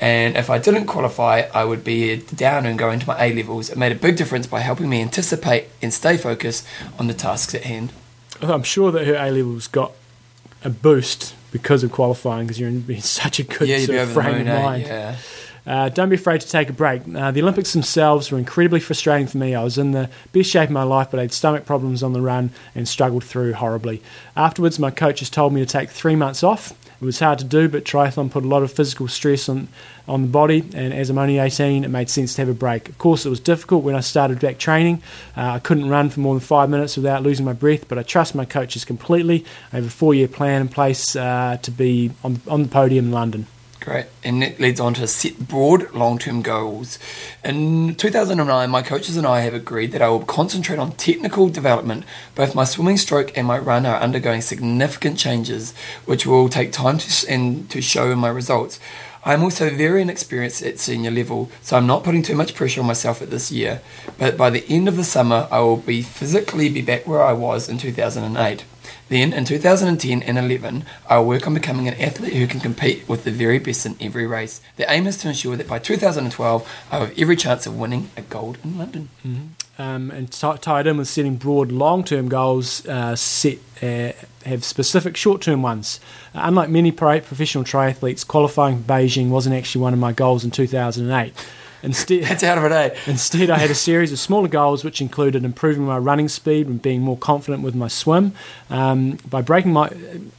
Speaker 1: And if I didn't qualify, I would be down and go into my A levels. It made a big difference by helping me anticipate and stay focused on the tasks at hand.
Speaker 2: I'm sure that her A levels got a boost because of qualifying, because you're in, in such a good
Speaker 1: yeah, you'd
Speaker 2: sort
Speaker 1: be
Speaker 2: of
Speaker 1: over the
Speaker 2: frame
Speaker 1: moon,
Speaker 2: of
Speaker 1: eh?
Speaker 2: mind.
Speaker 1: Yeah.
Speaker 2: Uh, don't be afraid to take a break. Uh, the Olympics themselves were incredibly frustrating for me. I was in the best shape of my life, but I had stomach problems on the run and struggled through horribly. Afterwards, my coaches told me to take three months off. It was hard to do, but triathlon put a lot of physical stress on, on the body, and as I'm only 18, it made sense to have a break. Of course, it was difficult when I started back training. Uh, I couldn't run for more than five minutes without losing my breath, but I trust my coaches completely. I have a four year plan in place uh, to be on, on the podium in London.
Speaker 1: Great. And that leads on to set broad long term goals. In 2009, my coaches and I have agreed that I will concentrate on technical development. Both my swimming stroke and my run are undergoing significant changes, which will take time to, s- and to show in my results. I'm also very inexperienced at senior level, so I'm not putting too much pressure on myself at this year. But by the end of the summer, I will be physically be back where I was in 2008. Then in 2010 and 11, I will work on becoming an athlete who can compete with the very best in every race. The aim is to ensure that by 2012, I have every chance of winning a gold in London.
Speaker 2: um, and t- tied in with setting broad long-term goals uh, set uh, have specific short-term ones. Uh, unlike many pro- professional triathletes, qualifying for Beijing wasn't actually one of my goals in 2008. Instead,
Speaker 1: That's out of it, eh?
Speaker 2: Instead, I had a series of smaller goals, which included improving my running speed and being more confident with my swim. Um, by breaking my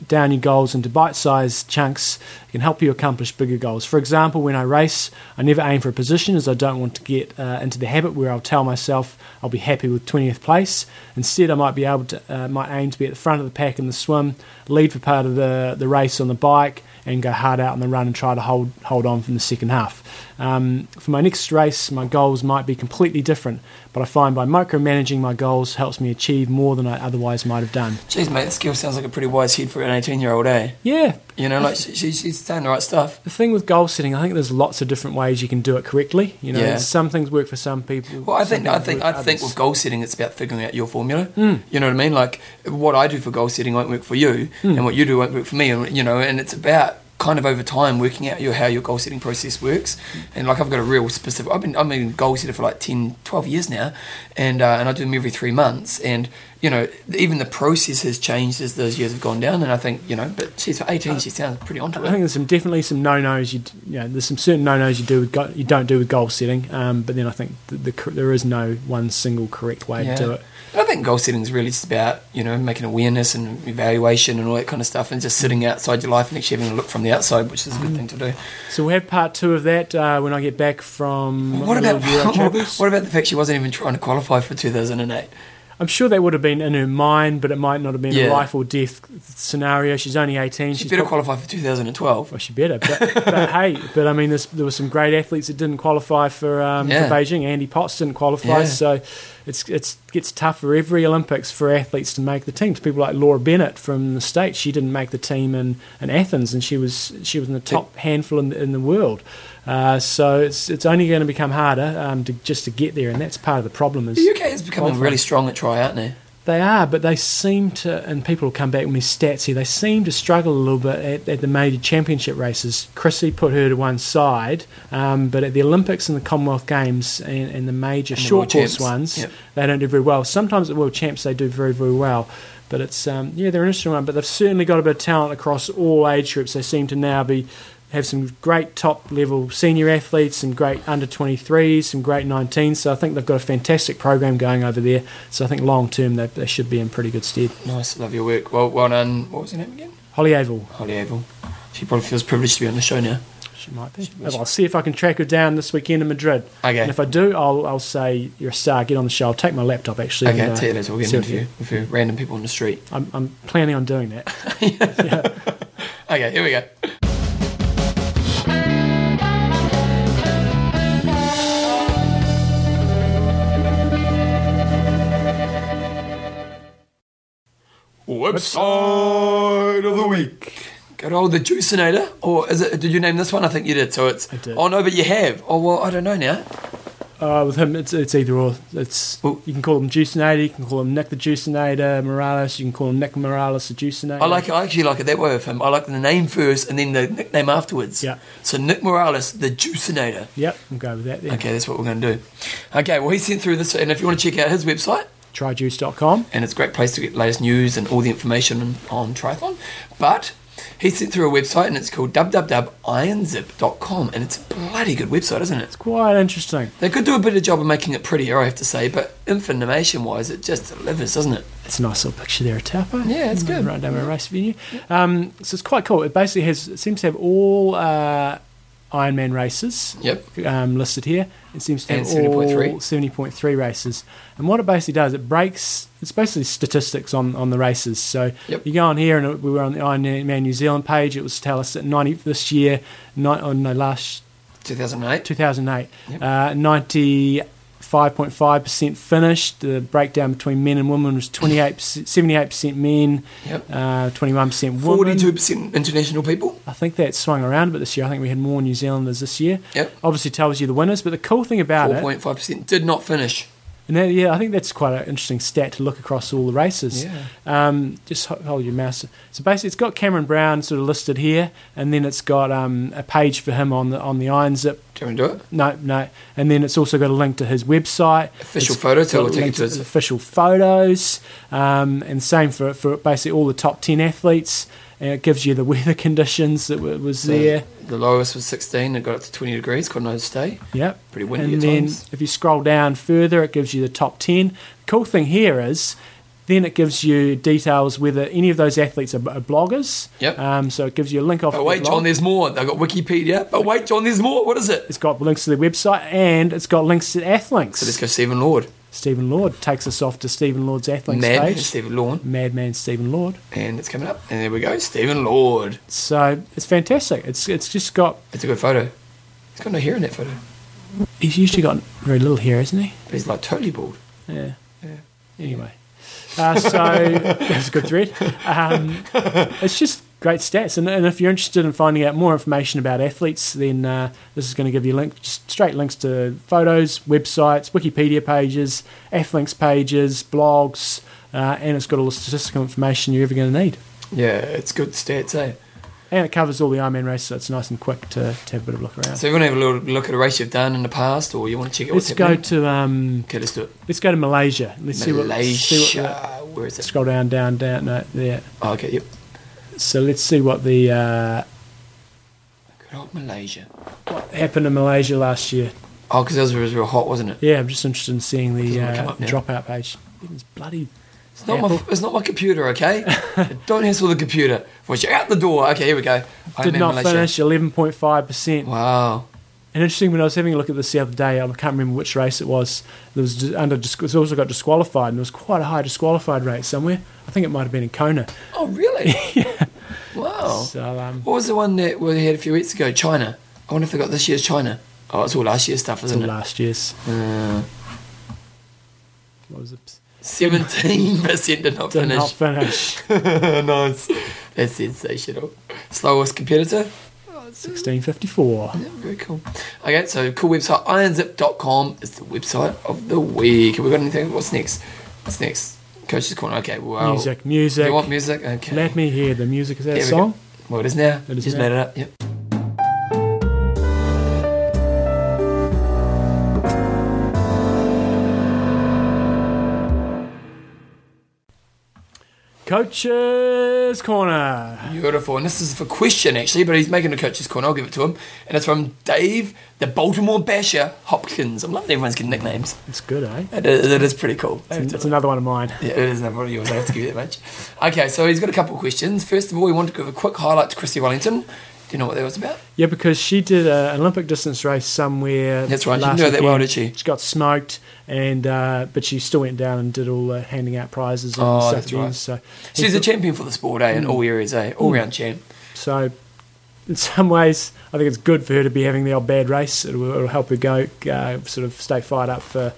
Speaker 2: down your goals into bite-sized chunks, it can help you accomplish bigger goals. For example, when I race, I never aim for a position, as I don't want to get uh, into the habit where I'll tell myself I'll be happy with 20th place. Instead, I might be able to uh, might aim to be at the front of the pack in the swim, lead for part of the the race on the bike, and go hard out on the run and try to hold hold on from the second half. Um, for my next race, my goals might be completely different, but I find by micromanaging my goals helps me achieve more than I otherwise might have done.
Speaker 1: Jeez, mate, that skill sounds like a pretty wise head for an 18 year old, eh?
Speaker 2: Yeah,
Speaker 1: You know, like she, she, she's saying the right stuff.
Speaker 2: the thing with goal setting, I think there's lots of different ways you can do it correctly. You know,
Speaker 1: Yeah.
Speaker 2: some things work for some people.
Speaker 1: Well, I
Speaker 2: some
Speaker 1: think I
Speaker 2: things
Speaker 1: think
Speaker 2: work
Speaker 1: I
Speaker 2: for
Speaker 1: think
Speaker 2: others.
Speaker 1: with goal setting, it's about figuring out your formula. You know what I mean? Like what I do for goal setting won't work for you, and what you do won't work for me. And you know, and it's about kind of over time working out your how your goal setting process works. And like I've got a real specific. I've been I've been a goal setter for like 10, 12 years now, and uh, and I do them every three months. And you know, even the process has changed as those years have gone down. And I think, you know, but she's 18, she sounds pretty onto
Speaker 2: I think
Speaker 1: it.
Speaker 2: there's some definitely some no nos. You, d- you know, there's some certain no nos you do with go- you don't do with goal setting. Um, but then I think the, the, cor- there is no one single correct way
Speaker 1: Yeah.
Speaker 2: to do it.
Speaker 1: And I think goal setting is really just about, you know, making awareness and evaluation and all that kind of stuff and just
Speaker 2: Mm.
Speaker 1: sitting outside your life and actually having a look from the outside, which is a good thing to do.
Speaker 2: So we'll have part two of that uh, when I get back from
Speaker 1: What
Speaker 2: the
Speaker 1: about
Speaker 2: Euro Champions.
Speaker 1: what about the fact she wasn't even trying to qualify for 2008?
Speaker 2: I'm sure that would have been in her mind, but it might not have been
Speaker 1: Yeah.
Speaker 2: a life or death scenario. She's only 18.
Speaker 1: She
Speaker 2: She's
Speaker 1: better
Speaker 2: prob-
Speaker 1: qualify for 2012.
Speaker 2: well, she better. But, but hey, but I mean, there's, there were some great athletes that didn't qualify for, um,
Speaker 1: Yeah.
Speaker 2: for Beijing. Andy Potts didn't qualify,
Speaker 1: Yeah.
Speaker 2: so it's it's gets tough for every Olympics for athletes to make the team. To people like Laura Bennett from the States, she didn't make the team in, in Athens, and she was she was in the top handful in the, in the world. Uh, so it's it's only going to become harder um, to just to get there, and that's part of the problem. Is
Speaker 1: The UK is becoming
Speaker 2: Qualify.
Speaker 1: really strong at try, aren't they?
Speaker 2: they are, but they seem to, and people will come back with me stats here, they seem to struggle a little bit at, at the major championship races. Chrissy put her to one side, um, but at the Olympics and the Commonwealth Games and, and the major
Speaker 1: And the
Speaker 2: short
Speaker 1: World
Speaker 2: course
Speaker 1: Champs,
Speaker 2: ones,
Speaker 1: yep.
Speaker 2: they don't do very well. Sometimes at World Champs they do very, very well. But it's, um, yeah, they're an interesting one, but they've certainly got a bit of talent across all age groups. They seem to now be have some great top level senior athletes, some great under 23s, some great 19s. So I think they've got a fantastic program going over there. So I think long term they, they should be in pretty good stead.
Speaker 1: Nice, love your work. Well, well done. What was her name again?
Speaker 2: Holly Avil,
Speaker 1: Holly Abel. She probably feels privileged to be on the show now.
Speaker 2: she might be. I'll see if I can track her down this weekend in Madrid.
Speaker 1: Okay.
Speaker 2: And if I do, I'll, I'll say, You're a star, get on the show. I'll take my laptop actually.
Speaker 1: Okay,
Speaker 2: and,
Speaker 1: I'll
Speaker 2: uh,
Speaker 1: tell you later. E We'll get
Speaker 2: see
Speaker 1: an
Speaker 2: if-
Speaker 1: interview with you, random people on the street.
Speaker 2: I'm, I'm planning on doing that.
Speaker 1: Okay, here we go. Website of the week. Good old the Juicinator, or is it? Did you name this one? I think you did. So it's.
Speaker 2: I did.
Speaker 1: Oh no, but you have. Oh well, I don't know now.
Speaker 2: Uh, with him, it's, it's either or. It's
Speaker 1: Well-
Speaker 2: you can call him Juicinator, you can call him Nick the Juicinator Morales, you can call him Nick Morales the Juicinator.
Speaker 1: I like. I actually like it that way with him. I like the name first and then the nickname afterwards.
Speaker 2: Yeah.
Speaker 1: So Nick Morales, the Juicinator.
Speaker 2: Yep, we'll go with that then.
Speaker 1: Okay, that's what we're going to do. Okay, well, he sent through this, and if you want to check out his website,
Speaker 2: Tryjuice.com.
Speaker 1: and it's a great place to get the latest news and all the information on, on triathlon. But he sent through a website, and it's called www.ironzip.com, and it's a bloody good website, isn't it?
Speaker 2: Quite interesting.
Speaker 1: They could do a better job of making it prettier, I have to say, but information wise, it just delivers, doesn't it?
Speaker 2: It's a nice little picture there, of Tapa. Mm,
Speaker 1: Yeah, it's good.
Speaker 2: Right down my race venue. Um, so it's quite cool. It basically has it seems to have all uh, Ironman races.
Speaker 1: Yep.
Speaker 2: um, listed here. It seems to
Speaker 1: And
Speaker 2: have
Speaker 1: 70.3.
Speaker 2: all 70.3 races. And what it basically does, it breaks, it's basically statistics on, on the races. So
Speaker 1: Yep.
Speaker 2: you go on here, and it- we were on the Ironman New Zealand page, it was tell us that 90 this year, ni- oh no, last
Speaker 1: 2008.
Speaker 2: 2008,
Speaker 1: Yep.
Speaker 2: uh, 95.5% finished. The breakdown between men and women was 28, 78% men,
Speaker 1: Yep.
Speaker 2: uh, 21% women.
Speaker 1: 42% international people.
Speaker 2: I think that swung around a bit this year. I think we had more New Zealanders this year.
Speaker 1: Yep.
Speaker 2: Obviously tells you the winners, but the cool thing about it,
Speaker 1: 4.5% did not finish.
Speaker 2: and that, yeah, I think that's quite an interesting stat to look across all the races.
Speaker 1: Yeah.
Speaker 2: Um, just ho- hold your mouse. So basically, it's got Cameron Brown sort of listed here, and then it's got um, a page for him on the on the Iron Zip.
Speaker 1: Do you want to do it?
Speaker 2: No, no, and then it's also got a link to his website.
Speaker 1: Official
Speaker 2: It's
Speaker 1: photo, so
Speaker 2: got
Speaker 1: we'll take
Speaker 2: links
Speaker 1: it to his-
Speaker 2: official photos, um, and same for for basically all the top ten athletes. And it gives you the weather conditions that were, was
Speaker 1: So
Speaker 2: there.
Speaker 1: The lowest was 16, it got up to 20 degrees, quite a nice day.
Speaker 2: Yep.
Speaker 1: Pretty windy
Speaker 2: and
Speaker 1: at
Speaker 2: then
Speaker 1: times.
Speaker 2: if you scroll down further, it gives you the top 10. cool thing here is then it gives you details whether any of those athletes are, are bloggers.
Speaker 1: Yep.
Speaker 2: Um, so it gives you a link off
Speaker 1: But
Speaker 2: their
Speaker 1: wait,
Speaker 2: blog.
Speaker 1: John, there's more. They've got Wikipedia. But wait, John, there's more. What is it?
Speaker 2: It's got links to their website and it's got links to Athlinks.
Speaker 1: So let's go Stephen Lord.
Speaker 2: Stephen Lord takes us off to Stephen Lord's Athlinks
Speaker 1: Madman
Speaker 2: page.
Speaker 1: Stephen Lord.
Speaker 2: Madman Stephen Lord.
Speaker 1: And it's coming up. And there we go. Stephen Lord.
Speaker 2: So it's fantastic. It's it's just got.
Speaker 1: It's a good photo. He's got no hair in that photo.
Speaker 2: He's usually got very little hair, isn't he?
Speaker 1: But he's like totally bald.
Speaker 2: Yeah. Anyway, uh, so that was a good thread. Um, it's just great stats, and, and if you're interested in finding out more information about athletes, then uh, this is going to give you link, just straight links to photos, websites, Wikipedia pages, athlinks pages, blogs, uh, and it's got all the statistical information you're ever going to need.
Speaker 1: Yeah, it's good stats, eh?
Speaker 2: and it covers all the Ironman races, so it's nice and quick to, to have a bit of a look around.
Speaker 1: So you want to have a little look at a race you've done in the past, or you want to check out what's
Speaker 2: let's go
Speaker 1: happening?
Speaker 2: to um,
Speaker 1: Okay, let's do it.
Speaker 2: let's go to Malaysia. Let's see what, uh, see what
Speaker 1: Malaysia. Where is
Speaker 2: the,
Speaker 1: it?
Speaker 2: scroll down, down, down. No, there.
Speaker 1: Oh, okay, yep.
Speaker 2: So let's see what the uh,
Speaker 1: Good old Malaysia.
Speaker 2: what happened in Malaysia last year.
Speaker 1: Oh, because that was real hot, wasn't it?
Speaker 2: Yeah, I'm just interested in seeing the
Speaker 1: Doesn't wanna come
Speaker 2: uh,
Speaker 1: up now.
Speaker 2: dropout page. It's bloody.
Speaker 1: It's not, my, it's not my computer, okay? Don't hassle the computer. Voice you out the door. Okay, here we go. I'm
Speaker 2: Did
Speaker 1: in
Speaker 2: not
Speaker 1: Malaysia.
Speaker 2: finish 11.5 percent.
Speaker 1: Wow.
Speaker 2: And interesting, when I was having a look at this the other day, I can't remember which race it was. There was dis- under dis- it also got disqualified, and there was quite a high disqualified rate somewhere. I think it might have been in Kona.
Speaker 1: Oh, really? Wow.
Speaker 2: So um,
Speaker 1: What was the one that we had a few weeks ago? China. I wonder if they got this year's China. Oh, it's all last year's stuff,
Speaker 2: till
Speaker 1: isn't it?
Speaker 2: last year's
Speaker 1: Uh,
Speaker 2: what was it?
Speaker 1: 17% did not
Speaker 2: Did
Speaker 1: finish.
Speaker 2: not finish.
Speaker 1: nice. That's sensational. Slowest competitor?
Speaker 2: 1654.
Speaker 1: Yeah, very cool. Okay, so cool website. Ironzip.com is the website of the week. Have we got anything? What's next? What's next? Coach's Corner. Okay, well.
Speaker 2: Music,
Speaker 1: Do
Speaker 2: music.
Speaker 1: Oh. you want music? Okay.
Speaker 2: Let me hear the music. Is that a
Speaker 1: There we
Speaker 2: song?
Speaker 1: go. Well, it is now.
Speaker 2: It is
Speaker 1: Just
Speaker 2: now.
Speaker 1: made it up. Yep.
Speaker 2: Coach's Corner.
Speaker 1: Beautiful. And this is for question, actually, but he's making a coach's corner. I'll give it to him. And it's from Dave, the Baltimore Basher Hopkins. I'm loving everyone's getting nicknames.
Speaker 2: It's good, eh?
Speaker 1: It is, it is pretty cool. I have
Speaker 2: It's
Speaker 1: to-
Speaker 2: another one of mine.
Speaker 1: Yeah, it is not one of yours. I have to give you that much. Okay, so he's got a couple of questions. First of all, we want to give a quick highlight to Christy Wellington. Do you know what that was about?
Speaker 2: Yeah, because she did a- an Olympic distance race somewhere.
Speaker 1: That's right, she didn't
Speaker 2: last
Speaker 1: do it that well,
Speaker 2: weekend.
Speaker 1: did she?
Speaker 2: She got smoked, and uh, but she still went down and did all the handing out prizes and
Speaker 1: Oh,
Speaker 2: stuff.
Speaker 1: that's
Speaker 2: at the end,
Speaker 1: right.
Speaker 2: So
Speaker 1: She's a champion for the sport, eh? In all areas, eh? All round champ.
Speaker 2: So in some ways, I think it's good for her to be having the old bad race. It'll, it'll help her go uh, sort of stay fired up for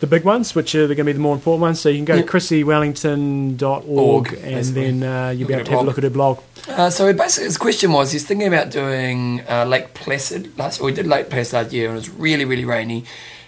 Speaker 2: the big ones, which are going to be the more important ones. So you can go
Speaker 1: Yep.
Speaker 2: to chrissywellington.org
Speaker 1: Org,
Speaker 2: and
Speaker 1: basically.
Speaker 2: then uh, you'll
Speaker 1: Look
Speaker 2: be
Speaker 1: at
Speaker 2: able
Speaker 1: her
Speaker 2: to have a
Speaker 1: blog.
Speaker 2: look at her blog.
Speaker 1: Uh, so basically, his question was: he's thinking about doing uh, Lake Placid last. Or he did Lake Placid last year, and it was really, really rainy.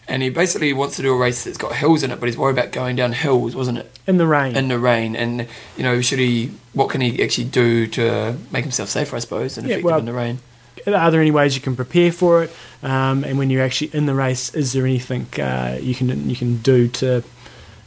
Speaker 1: And he basically wants to do a race that's got hills in it, but he's worried about going down hills, wasn't it?
Speaker 2: In the rain.
Speaker 1: In the rain, and you know, should he? What can he actually do to make himself safer? I suppose, and
Speaker 2: Yeah,
Speaker 1: effective
Speaker 2: well,
Speaker 1: in the rain.
Speaker 2: are there any ways you can prepare for it? Um, and when you're actually in the race, is there anything uh, you can you can do to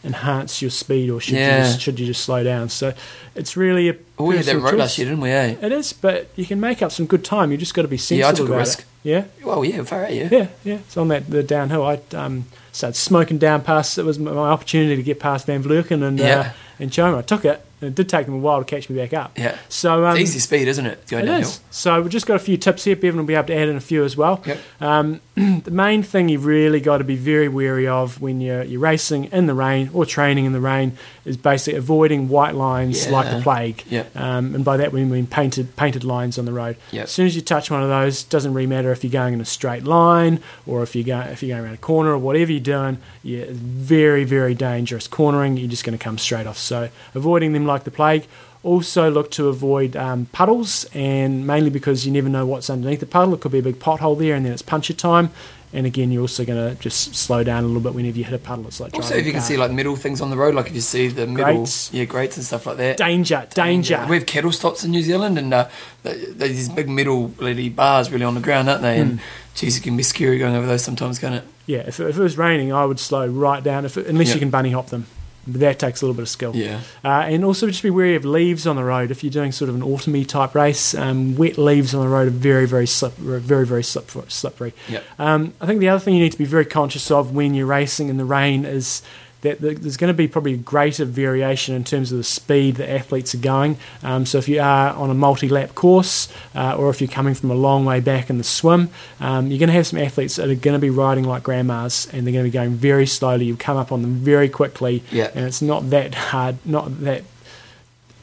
Speaker 2: enhance your speed, or should
Speaker 1: Yeah.
Speaker 2: you just, should you just slow down? So it's really a
Speaker 1: Oh, we had that
Speaker 2: personal
Speaker 1: road
Speaker 2: choice.
Speaker 1: last year, didn't we? Eh?
Speaker 2: It is, but you can make up some good time. You just got to be sensible
Speaker 1: Yeah, I took a
Speaker 2: about
Speaker 1: risk.
Speaker 2: it. Yeah,
Speaker 1: Well, yeah, far out, yeah.
Speaker 2: yeah, yeah. It's on that the downhill. I um, started smoking down past. It was my my opportunity to get past Van Vleuken and
Speaker 1: Yeah.
Speaker 2: uh, and Choma. I took it. and It did take them a while to catch me back up.
Speaker 1: Yeah.
Speaker 2: So um,
Speaker 1: It's easy speed, isn't it? Going
Speaker 2: it
Speaker 1: downhill.
Speaker 2: is. So we've just got a few tips here. Bevan will be able to add in a few as well.
Speaker 1: Yep.
Speaker 2: Um, the main thing you've really got to be very wary of when you're, you're racing in the rain or training in the rain is basically avoiding white lines
Speaker 1: Yeah.
Speaker 2: like the plague.
Speaker 1: Yep.
Speaker 2: Um, and by that we mean painted painted lines on the road.
Speaker 1: Yep.
Speaker 2: As soon as you touch one of those, doesn't really matter if you're going in a straight line or if you're going if you're going around a corner or whatever you're doing. Yeah, it's very very dangerous cornering. You're just going to come straight off. So avoiding them like the plague. Also look to avoid um, puddles, and mainly because you never know what's underneath the puddle. It could be a big pothole there, and then it's puncher time. And again, you're also going to just slow down a little bit whenever you hit a puddle. It's like
Speaker 1: Also,
Speaker 2: driving
Speaker 1: if you
Speaker 2: a
Speaker 1: can
Speaker 2: car.
Speaker 1: see like metal things on the road, like if you see the metal,
Speaker 2: Grates.
Speaker 1: yeah, grates and stuff like that.
Speaker 2: danger, danger.
Speaker 1: We have kettle stops in New Zealand, and uh, th- there's these big metal bloody bars really on the ground, aren't they? And geez, it can be scary going over those sometimes, can't it?
Speaker 2: Yeah, if, if it was raining, I would slow right down, if, unless
Speaker 1: Yeah.
Speaker 2: you can bunny hop them. But that takes a little bit of skill.
Speaker 1: Yeah.
Speaker 2: Uh, and also just be wary of leaves on the road. If you're doing sort of an autumny type race, um, wet leaves on the road are very, very slip, very, very slip, slippery.
Speaker 1: Yep.
Speaker 2: Um, I think the other thing you need to be very conscious of when you're racing in the rain is that the- there's going to be probably greater variation in terms of the speed that athletes are going. Um, so if you are on a multi-lap course, uh, or if you're coming from a long way back in the swim, um, you're going to have some athletes that are going to be riding like grandmas, and they're going to be going very slowly. You come up on them very quickly,
Speaker 1: Yeah.
Speaker 2: and it's not that hard, not that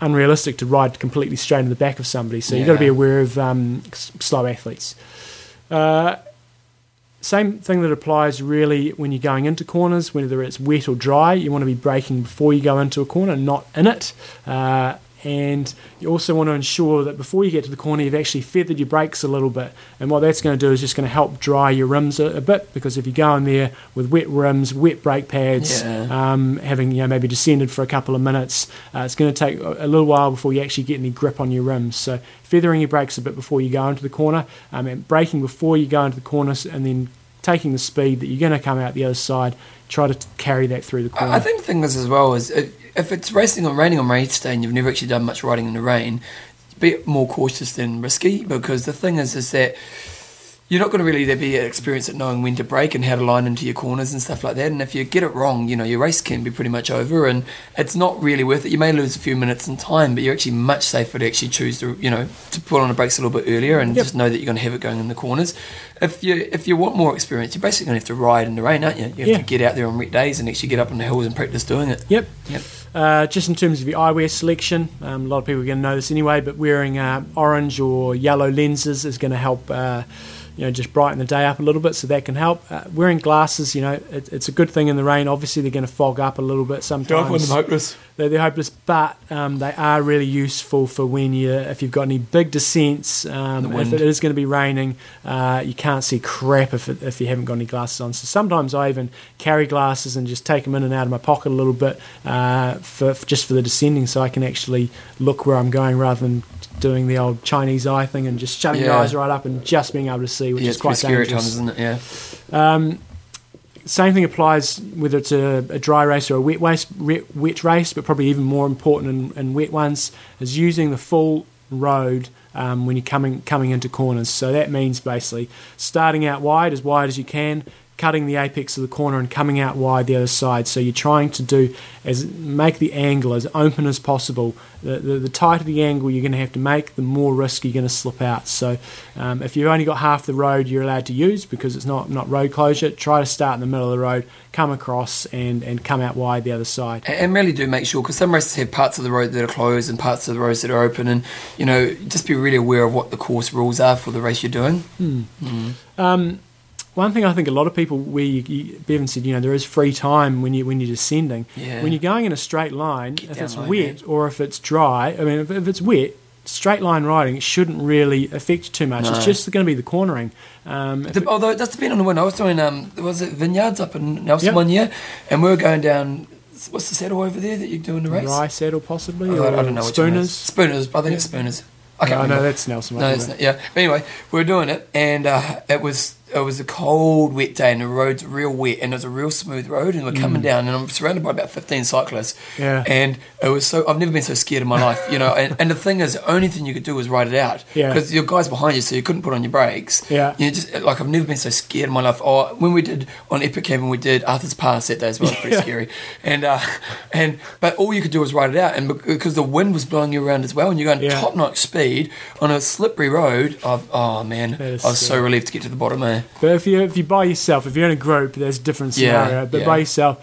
Speaker 2: unrealistic to ride completely straight in the back of somebody. So you've got to be
Speaker 1: Yeah.
Speaker 2: aware of um, s- slow athletes. Uh, same thing that applies really when you're going into corners, whether it's wet or dry. You want to be braking before you go into a corner, not in it. Uh, and you also want to ensure that before you get to the corner you've actually feathered your brakes a little bit and what that's going to do is just going to help dry your rims a, a bit because if you go in there with wet rims wet brake pads
Speaker 1: Yeah.
Speaker 2: um, having you know maybe descended for a couple of minutes uh, it's going to take a a little while before you actually get any grip on your rims so feathering your brakes a bit before you go into the corner um, and braking before you go into the corner s- and then taking the speed that you're going to come out the other side try to t- carry that through the corner
Speaker 1: I I think the thing is as well is if if it's racing on raining on race day and you've never actually done much riding in the rain, be more cautious than risky because the thing is is that you're not going to really be experienced at knowing when to brake and how to line into your corners and stuff like that. And if you get it wrong, you know your race can be pretty much over, and it's not really worth it. You may lose a few minutes in time, but you're actually much safer to actually choose to you know to put on the brakes a little bit earlier and
Speaker 2: Yep.
Speaker 1: just know that you're going to have it going in the corners. If you if you want more experience, you're basically going to have to ride in the rain, aren't you? You have
Speaker 2: Yeah.
Speaker 1: to get out there on wet days and actually get up on the hills and practice doing it.
Speaker 2: Yep.
Speaker 1: Yep.
Speaker 2: Uh, just in terms of your eyewear selection, um, a lot of people are going to know this anyway, but wearing uh, orange or yellow lenses is going to help. Uh, you know, just brighten the day up a little bit, so that can help. Uh, wearing glasses, you know, it, it's a good thing in the rain. Obviously, they're going to fog up a little bit sometimes
Speaker 1: hopeless.
Speaker 2: they're, they're hopeless, but um, they are really useful for when you if you've got any big descents. Um,
Speaker 1: The
Speaker 2: if
Speaker 1: wind.
Speaker 2: it is going to be raining, uh, you can't see crap if it, if you haven't got any glasses on. So sometimes I even carry glasses and just take them in and out of my pocket a little bit uh, for, for just for the descending, so I can actually look where I'm going rather than doing the old Chinese eye thing and just shutting your
Speaker 1: Yeah.
Speaker 2: eyes right up and just being able to see, which
Speaker 1: yeah,
Speaker 2: is
Speaker 1: it's quite
Speaker 2: quite
Speaker 1: scary at times,
Speaker 2: dangerous.
Speaker 1: isn't it? Yeah.
Speaker 2: Same thing applies whether it's a, a dry race or a wet race, wet, wet race, but probably even more important in, in wet ones is using the full road um, when you're coming coming into corners. So that means basically starting out wide as wide as you can, cutting the apex of the corner and coming out wide the other side. So you're trying to do as make the angle as open as possible. The, the, the tighter the angle you're going to have to make, the more risk you're going to slip out. So um, if you've only got half the road you're allowed to use because it's not, not road closure, try to start in the middle of the road, come across and, and come out wide the other side.
Speaker 1: And- And really do make sure, because some races have parts of the road that are closed and parts of the roads that are open, and you know, just be really aware of what the course rules are for the race you're doing.
Speaker 2: Um, One thing I think a lot of people, where you, you, Bevan said, you know, there is free time when you when you're descending.
Speaker 1: Yeah.
Speaker 2: When you're going in a straight line,
Speaker 1: Get
Speaker 2: if
Speaker 1: down
Speaker 2: it's
Speaker 1: like
Speaker 2: wet
Speaker 1: that.
Speaker 2: or if it's dry, I mean, if, if it's wet, straight line riding it shouldn't really affect you too much.
Speaker 1: No.
Speaker 2: It's just going to be the cornering. Um, if
Speaker 1: The- although it does depend on the wind. I was doing, um, was it vineyards up in Nelson
Speaker 2: Yep.
Speaker 1: one year, and we were going down. What's the saddle over there that you're doing the
Speaker 2: it,
Speaker 1: race?
Speaker 2: dry saddle possibly,
Speaker 1: Oh,
Speaker 2: or
Speaker 1: I don't know which one it is.
Speaker 2: spooners.
Speaker 1: Spooners, I think it's spooners. I can't
Speaker 2: no,
Speaker 1: remember.
Speaker 2: no, that's Nelson.
Speaker 1: No, it's not, yeah. But anyway, we were doing it, and uh, it was it was a cold, wet day, and the road's real wet, and it was a real smooth road, and we're coming down, and I'm surrounded by about 15 cyclists.
Speaker 2: Mm. Yeah.
Speaker 1: And it was so I've never been so scared in my life, you know. And, and the thing is, the only thing you could do was ride it out,
Speaker 2: Yeah.
Speaker 1: because your guys behind you, so you couldn't put on your brakes.
Speaker 2: Yeah.
Speaker 1: You just like I've never been so scared in my life. Oh, when we did on Epic Camp, and we did Arthur's Pass that day as well, it was pretty
Speaker 2: Yeah.
Speaker 1: scary. And uh, and but all you could do was ride it out, and bec- because the wind was blowing you around as well, and you're going
Speaker 2: Yeah.
Speaker 1: top notch speed on a slippery road. I've, oh man,
Speaker 2: That
Speaker 1: I was
Speaker 2: is
Speaker 1: so
Speaker 2: sick.
Speaker 1: relieved to get to the bottom. Eh?
Speaker 2: But if you if you by yourself, if you're in a group, there's a different
Speaker 1: Yeah,
Speaker 2: scenario. but
Speaker 1: yeah.
Speaker 2: by yourself,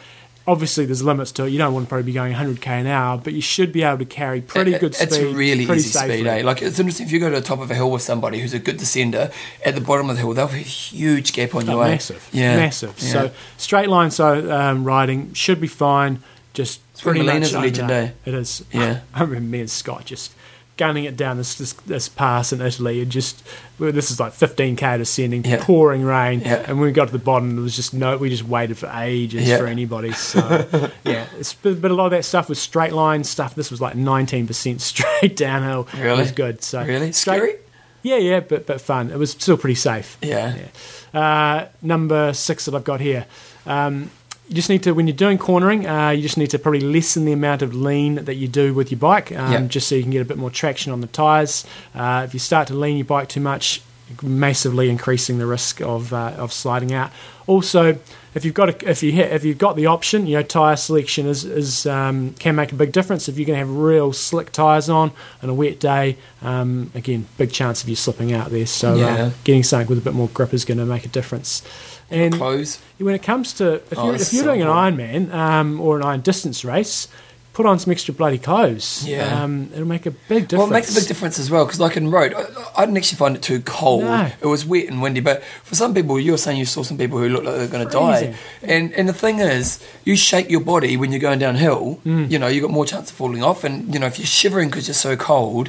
Speaker 2: obviously there's limits to it. You don't want to probably be going 100k an hour, but you should be able to carry pretty
Speaker 1: It-
Speaker 2: good
Speaker 1: it-
Speaker 2: speed.
Speaker 1: It's really
Speaker 2: pretty
Speaker 1: easy
Speaker 2: safely.
Speaker 1: speed. Eh? Like it's interesting if you go to the top of a hill with somebody who's a good descender. At the bottom of the hill, they'll have a huge gap on
Speaker 2: Oh,
Speaker 1: you. eh?
Speaker 2: massive,
Speaker 1: Yeah,
Speaker 2: massive.
Speaker 1: Yeah.
Speaker 2: So straight line, so um, riding should be fine. Just
Speaker 1: where
Speaker 2: pretty much
Speaker 1: Milena's a
Speaker 2: own
Speaker 1: legend,
Speaker 2: up.
Speaker 1: eh?
Speaker 2: It is.
Speaker 1: Yeah.
Speaker 2: I remember me and Scott just gunning it down this this, this pass in Italy and just well, this is like 15k descending,
Speaker 1: Yeah.
Speaker 2: pouring rain,
Speaker 1: Yeah.
Speaker 2: and when we got to the bottom, there was just no. We just waited for ages
Speaker 1: Yeah.
Speaker 2: for anybody. So yeah, it's, but, but a lot of that stuff was straight line stuff. This was like 19% straight downhill. it
Speaker 1: Really?
Speaker 2: was good. So
Speaker 1: Really?
Speaker 2: straight-
Speaker 1: Scary?
Speaker 2: Yeah, yeah, but but fun. It was still pretty safe.
Speaker 1: Yeah.
Speaker 2: Yeah. Uh, number six that I've got here. Um, you just need to, when you're doing cornering, uh, you just need to probably lessen the amount of lean that you do with your bike, um,
Speaker 1: Yeah.
Speaker 2: just so you can get a bit more traction on the tyres. Uh, if you start to lean your bike too much, massively increasing the risk of uh, of sliding out. Also, if you've got a, if you hit, if you've got the option, you know tyre selection is is um, can make a big difference. If you're going to have real slick tyres on on a wet day, um, again, big chance of you slipping out there. So
Speaker 1: Yeah.
Speaker 2: uh, getting something with a bit more grip is going to make a difference. And
Speaker 1: Close.
Speaker 2: when it comes to if
Speaker 1: Oh,
Speaker 2: you're,
Speaker 1: that's
Speaker 2: if you're
Speaker 1: so
Speaker 2: doing an
Speaker 1: cool.
Speaker 2: Ironman um, or an iron distance race, put on some extra bloody clothes.
Speaker 1: Yeah.
Speaker 2: Um, it'll make a big difference.
Speaker 1: Well, it makes a big difference as well because, like in road, I, I didn't actually find it too cold.
Speaker 2: No.
Speaker 1: It was wet and windy, but for some people, you're saying you saw some people who looked like they're going to die.
Speaker 2: Freezing.
Speaker 1: And and the thing is, you shake your body when you're going downhill. You know, you got more chance of falling off, and you know if you're shivering because you're so cold.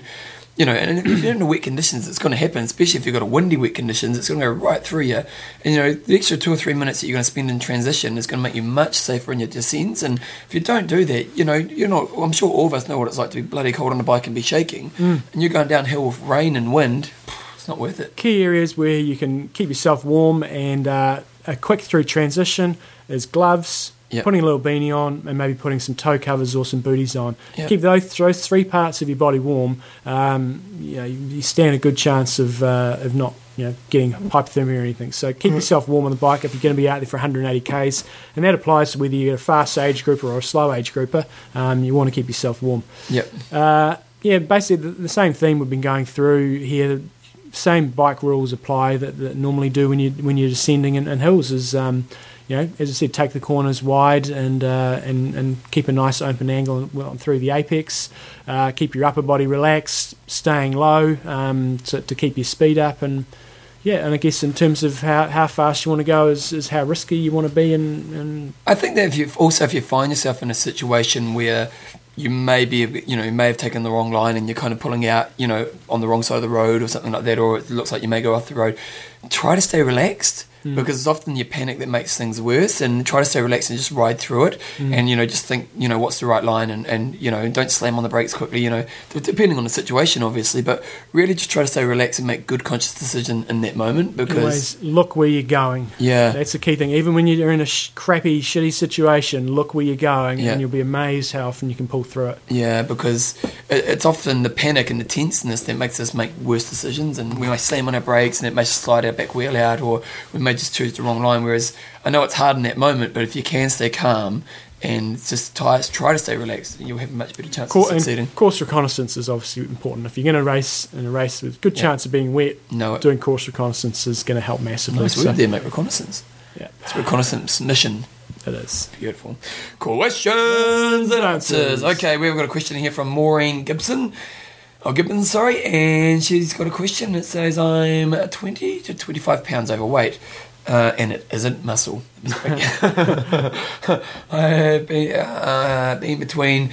Speaker 1: You know, and if you're in the wet conditions, it's going to happen. Especially if you've got a windy wet conditions, it's going to go right through you. And you know, the extra two or three minutes that you're going to spend in transition is going to make you much safer in your descents. And if you don't do that, you know, you're not. I'm sure all of us know what it's like to be bloody cold on a bike and be shaking. And you're going downhill with rain and wind. It's not worth it.
Speaker 2: key areas where you can keep yourself warm and uh, a quick through transition is gloves,
Speaker 1: Yep.
Speaker 2: putting a little beanie on, and maybe putting some toe covers or some booties on.
Speaker 1: Yep.
Speaker 2: Keep those, those three parts of your body warm. Um, you, know, you you stand a good chance of uh, of not you know getting hypothermia or anything. So
Speaker 1: Mm.
Speaker 2: keep yourself warm on the bike if you're going to be out there for 180 k's, and that applies to whether you're a fast age grouper or a slow age grouper. Um, you want to keep yourself warm.
Speaker 1: Yep.
Speaker 2: Uh, yeah, basically the, the same theme we've been going through here. Same bike rules apply that, that normally do when you when you're descending in, in hills. Is um, you know, as I said, take the corners wide and uh, and and keep a nice open angle well, through the apex. Uh, keep your upper body relaxed, staying low um, to, to keep your speed up and. Yeah, and I guess in terms of how, how fast you want to go is, is how risky you want to be and, and
Speaker 1: I think that if you also if you find yourself in a situation where you may be a bit- you know you may have taken the wrong line and you're kind of pulling out you know on the wrong side of the road or something like that or it looks like you may go off the road try to stay relaxed because it's often your panic that makes things worse and try to stay relaxed and just ride through it and you know just think you know what's the right line and and you know don't slam on the brakes quickly you know d- depending on the situation obviously but really just try to stay relaxed and make good conscious decision in that moment because
Speaker 2: always look where you're going.
Speaker 1: yeah
Speaker 2: That's the key thing. Even when you're in a sh- crappy, shitty situation, look where you're going,
Speaker 1: Yeah.
Speaker 2: and you'll be amazed how often you can pull through it.
Speaker 1: Yeah, because it, it's often the panic and the tenseness that makes us make worse decisions, and we may slam on our brakes, and it may just slide our back wheel out, or we may just choose the wrong line. Whereas I know it's hard in that moment, but if you can stay calm and just try, try to stay relaxed, you'll have a much better chance
Speaker 2: Cour-
Speaker 1: of
Speaker 2: and
Speaker 1: succeeding.
Speaker 2: course reconnaissance is obviously important. If you're going to race in a race with good
Speaker 1: Yeah.
Speaker 2: chance of being wet,
Speaker 1: Know it.
Speaker 2: doing course reconnaissance is going to help massively.
Speaker 1: Nice
Speaker 2: So,
Speaker 1: word there, mate. Reconnaissance.
Speaker 2: yeah,
Speaker 1: It's reconnaissance mission.
Speaker 2: it is.
Speaker 1: Beautiful. Questions and answers.
Speaker 2: Answers.
Speaker 1: Okay, we've got a question here from Maureen Gibson. Oh, Gibson, sorry. And she's got a question that says, I'm 20 to 25 pounds overweight. Uh, and it isn't muscle. I have been, uh, been between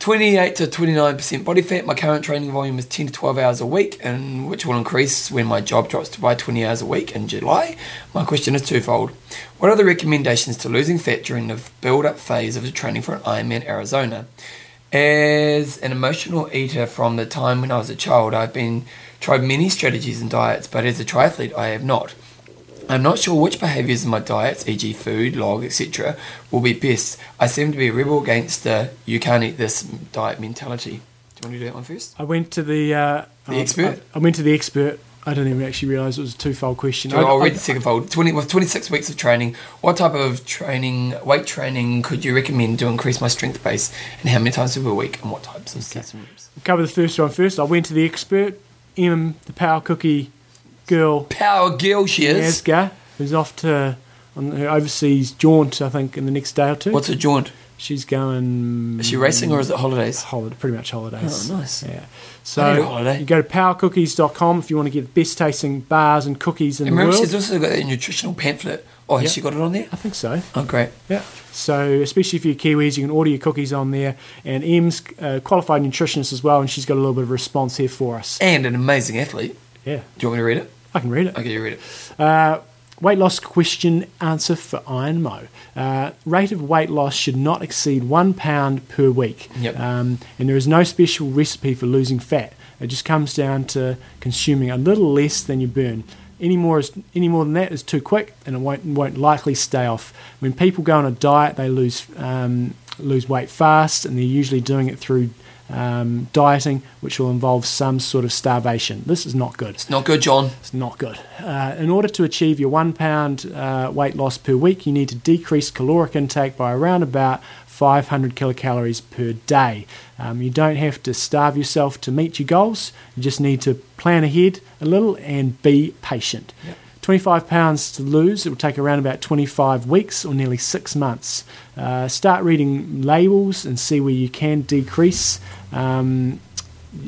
Speaker 1: 28 to 29% body fat. My current training volume is 10 to 12 hours a week, and which will increase when my job drops to by 20 hours a week in July. My question is twofold. What are the recommendations to losing fat during the build up phase of the training for an Ironman Arizona? As an emotional eater from the time when I was a child, I've been tried many strategies and diets, but as a triathlete, I have not. I'm not sure which behaviours in my diets, e.g., food, log, etc., will be best. I seem to be a rebel against the "you can't eat this" diet mentality. Do you want to do that one first?
Speaker 2: I went to the uh,
Speaker 1: The
Speaker 2: I-
Speaker 1: expert?
Speaker 2: I, I went to the expert. I didn't even actually realise it was a twofold question.
Speaker 1: So I'll read the second fold. Twenty with 26 weeks of training, what type of training, weight training, could you recommend to increase my strength base, and how many times per week, and what types of sets and reps?
Speaker 2: cover the first one first. I went to the expert, Em, the power cookie girl.
Speaker 1: Power girl, she is.
Speaker 2: Asga, who's off to on her overseas jaunt, I think, in the next day or two.
Speaker 1: What's a jaunt?
Speaker 2: She's going.
Speaker 1: Is she racing or is it holidays?
Speaker 2: holiday? Pretty much holidays.
Speaker 1: Oh, nice.
Speaker 2: Yeah.
Speaker 1: I need a
Speaker 2: So
Speaker 1: holiday.
Speaker 2: you go to powercookies.com if you want to get the best tasting bars and cookies in
Speaker 1: And remember,
Speaker 2: the world.
Speaker 1: she's also got a nutritional pamphlet. Oh, has
Speaker 2: Yeah.
Speaker 1: she got it on there?
Speaker 2: I think so.
Speaker 1: Oh, great.
Speaker 2: Yeah. So, especially for your Kiwis, you can order your cookies on there. And Em's uh, qualified nutritionist as well, and she's got a little bit of response here for us.
Speaker 1: And an amazing athlete.
Speaker 2: Yeah.
Speaker 1: Do you want me to read it?
Speaker 2: I can read it.
Speaker 1: Okay, you read it.
Speaker 2: Uh, weight loss question answer for IronMo. Uh, rate of weight loss should not exceed one pound per week.
Speaker 1: Yep.
Speaker 2: Um, and there is no special recipe for losing fat. It just comes down to consuming a little less than you burn. Any more, is, any more than that is too quick, and it won't, won't likely stay off. When people go on a diet, they lose um, lose weight fast, and they're usually doing it through um, dieting, which will involve some sort of starvation. This is not good.
Speaker 1: It's not good, John.
Speaker 2: It's not good. Uh, in order to achieve your one pound uh, weight loss per week, you need to decrease caloric intake by around about 500 kilocalories per day. Um, you don't have to starve yourself to meet your goals. You just need to plan ahead a little and be patient. 25 pounds to lose. It will take around about 25 weeks or nearly six months. Uh, start reading labels and see where you can decrease. Um,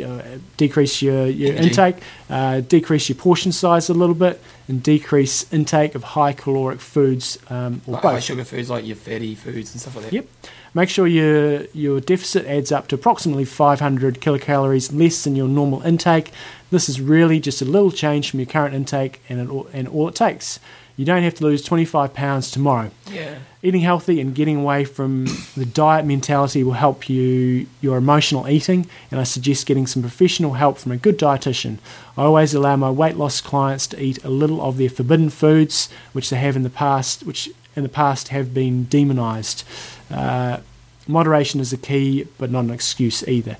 Speaker 2: uh, decrease your, your
Speaker 1: Energy.
Speaker 2: intake, uh, decrease your portion size a little bit, and decrease intake of high caloric foods um, or
Speaker 1: Like high
Speaker 2: both.
Speaker 1: sugar foods, like your fatty foods and stuff like that.
Speaker 2: Yep. Make sure your your deficit adds up to approximately 500 kilocalories less than your normal intake. This is really just a little change from your current intake, and it, all- and all it takes. You don't have to lose 25 pounds tomorrow.
Speaker 1: Yeah.
Speaker 2: Eating healthy and getting away from the diet mentality will help you your emotional eating, and I suggest getting some professional help from a good dietitian. I always allow my weight loss clients to eat a little of their forbidden foods, which they have in the past, which in the past have been demonized. Uh, moderation is a key, but not an excuse either.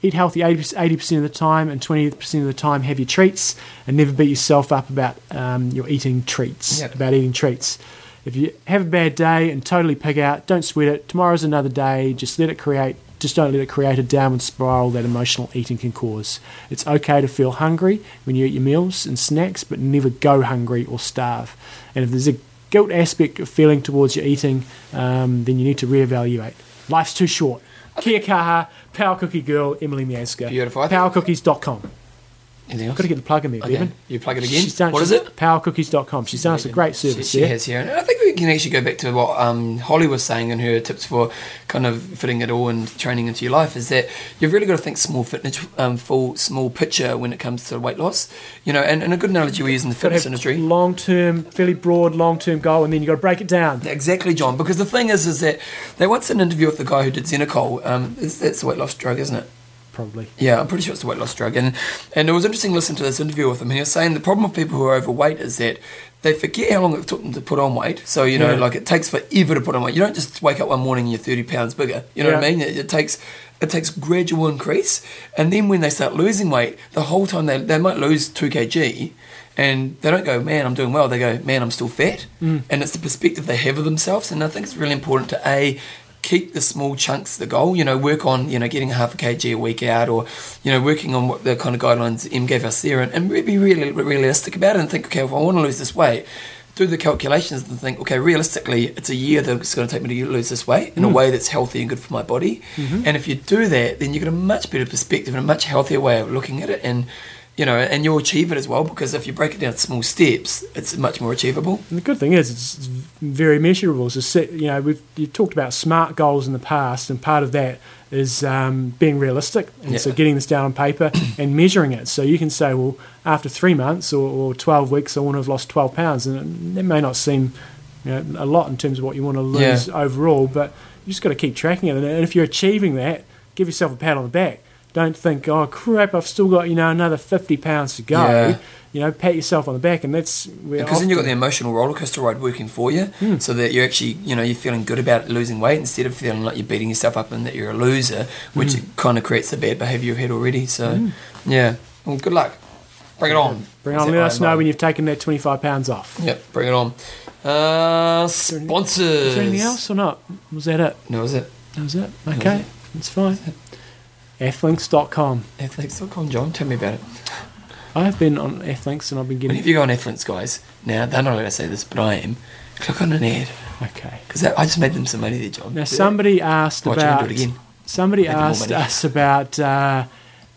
Speaker 2: Eat healthy 80 percent of the time, and 20% of the time have your treats, and never beat yourself up about um, your eating treats.
Speaker 1: Yep.
Speaker 2: About eating treats. If you have a bad day and totally pig out, don't sweat it. Tomorrow's another day. Just let it create. Just don't let it create a downward spiral that emotional eating can cause. It's okay to feel hungry when you eat your meals and snacks, but never go hungry or starve. And if there's a guilt aspect of feeling towards your eating, um, then you need to reevaluate. Life's too short. Kia Kaha, Power Cookie Girl, Emily Miazga.
Speaker 1: Beautiful. I think-
Speaker 2: Powercookies.com.
Speaker 1: Anything
Speaker 2: I've
Speaker 1: else?
Speaker 2: got to get the plug in there,
Speaker 1: Okay.
Speaker 2: Bevan.
Speaker 1: You plug it again.
Speaker 2: She's done,
Speaker 1: What is
Speaker 2: she's-
Speaker 1: it?
Speaker 2: Powercookies.com. She's done us a great
Speaker 1: She-
Speaker 2: service
Speaker 1: She,
Speaker 2: there.
Speaker 1: has here, and I think we can actually go back to what um, Holly was saying in her tips for kind of fitting it all and training into your life is that you've really got to think small fitness, um, full small picture when it comes to weight loss. You know, and, and a good analogy we use in the
Speaker 2: got to
Speaker 1: fitness
Speaker 2: have
Speaker 1: industry.
Speaker 2: long term, fairly broad long term goal, and then you got to break it down.
Speaker 1: Exactly, John. Because the thing is, is that they once did an interview with the guy who did Xenocol. Um, it's, that's the weight loss drug, isn't it?
Speaker 2: Probably.
Speaker 1: Yeah, I'm pretty sure it's the weight loss drug. And and it was interesting listening to this interview with him. He was saying the problem with people who are overweight is that they forget how long it took them to put on weight. So, you know,
Speaker 2: Yeah.
Speaker 1: like it takes forever to put on weight. You don't just wake up one morning and you're 30 pounds bigger. You know what I
Speaker 2: Yeah.
Speaker 1: mean? It, it takes it takes gradual increase. And then when they start losing weight, the whole time they, they might lose 2 kg and they don't go, man, I'm doing well. They go, man, I'm still fat. And it's the perspective they have of themselves. And I think it's really important to A, keep the small chunks the goal. You know, work on, you know, getting half a kg a week out or, you know, working on what the kind of guidelines M gave us there and, and be really realistic about it and think, okay, if I want to lose this weight, do the calculations and think, okay, realistically, it's a year that it's going to take me to lose this weight
Speaker 2: Mm.
Speaker 1: in a way that's healthy and good for my body.
Speaker 2: Mm-hmm.
Speaker 1: And if you do that, then you get a much better perspective and a much healthier way of looking at it. And, you know, and you'll achieve it as well because if you break it down to small steps, it's much more achievable.
Speaker 2: And the good thing is, it's very measurable. So, set, you know, we've you talked about smart goals in the past, and part of that is um, being realistic. And so,
Speaker 1: Yeah.
Speaker 2: getting this down on paper and measuring it. So, you can say, well, after three months or, or 12 weeks, I want to have lost 12 pounds. And it, it may not seem you know, a lot in terms of what you want to
Speaker 1: Yeah.
Speaker 2: lose overall, but you just got to keep tracking it. And if you're achieving that, give yourself a pat on the back. Don't think, oh crap, I've still got you know another 50 pounds to go.
Speaker 1: Yeah.
Speaker 2: You know, pat yourself on the back, and that's where
Speaker 1: Because then you've got
Speaker 2: often- Hmm.
Speaker 1: the emotional roller coaster ride working for you, so that you're actually, you know, you're feeling good about losing weight instead of feeling like you're beating yourself up and that you're a loser, which
Speaker 2: Hmm.
Speaker 1: kind of creates the bad behaviour you've had already. So, yeah, well, good luck. Bring it on.
Speaker 2: Bring on, let us know when you've taken that 25 pounds off.
Speaker 1: Yep, bring it on. Uh,
Speaker 2: there any-
Speaker 1: sponsors.
Speaker 2: Is there anything else or not? Was that it?
Speaker 1: No, is it?
Speaker 2: That was it.
Speaker 1: was
Speaker 2: Okay,
Speaker 1: it.
Speaker 2: that's fine. Athlinks.com.
Speaker 1: Athletes.com, John. Tell me about it.
Speaker 2: I have been on Athlinks and I've been
Speaker 1: Whenever
Speaker 2: getting.
Speaker 1: you go on Athletes, guys, now they're not going to say this, but I am. Click on an ad
Speaker 2: Okay.
Speaker 1: because I just made them some money there, John.
Speaker 2: Now, somebody asked
Speaker 1: Watch, I'm gonna
Speaker 2: about.
Speaker 1: do it again.
Speaker 2: Somebody
Speaker 1: Making more
Speaker 2: asked
Speaker 1: money.
Speaker 2: us about uh,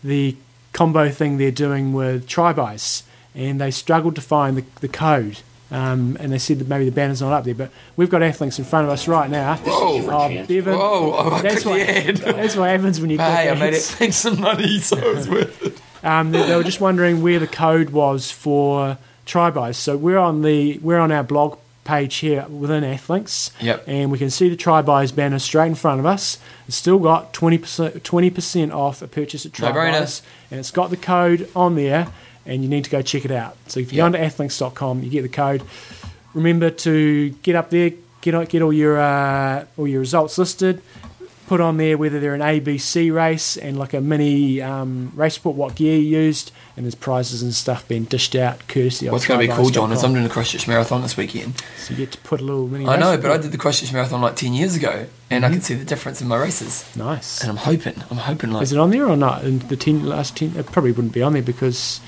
Speaker 2: the combo thing they're doing with Tribice, and they struggled to find the, the code. Um, and they said that maybe the banner's not up there, but we've got Athlinks in front of us right now.
Speaker 1: Whoa.
Speaker 2: Oh, Bevan,
Speaker 1: Whoa, I
Speaker 2: that's
Speaker 1: clicked
Speaker 2: what,
Speaker 1: the ad.
Speaker 2: that's what happens when you click
Speaker 1: Hey, I made it
Speaker 2: ads.
Speaker 1: make some money, so it's worth it.
Speaker 2: Um, they, they were just wondering where the code was for Tribos. So we're on the we're on our blog page here within Athlinks,
Speaker 1: Yep.
Speaker 2: and we can see the Tribos banner straight in front of us. It's still got 20 percent off a purchase at
Speaker 1: No-brainer.
Speaker 2: Tribos, and it's got the code on there. And you need to go check it out. So if you
Speaker 1: Yep.
Speaker 2: go onto athlinks.com, you get the code. Remember to get up there, get all- get all your uh, all your results listed put on there whether they're an ABC race and like a mini um, race report, what gear you used, and there's prizes and stuff being dished out courtesy of
Speaker 1: What's going to be cool, John, is I'm
Speaker 2: Tribeyes.com.
Speaker 1: doing the Christchurch Marathon this weekend.
Speaker 2: So you get to put a little mini
Speaker 1: I
Speaker 2: race
Speaker 1: know, but I
Speaker 2: report.
Speaker 1: did the Christchurch Marathon like 10 years ago, and I
Speaker 2: Mm-hmm.
Speaker 1: can see the difference in my races.
Speaker 2: Nice.
Speaker 1: And I'm hoping, I'm hoping like.
Speaker 2: Is it on there or not? And the ten, last 10, it probably wouldn't be on there because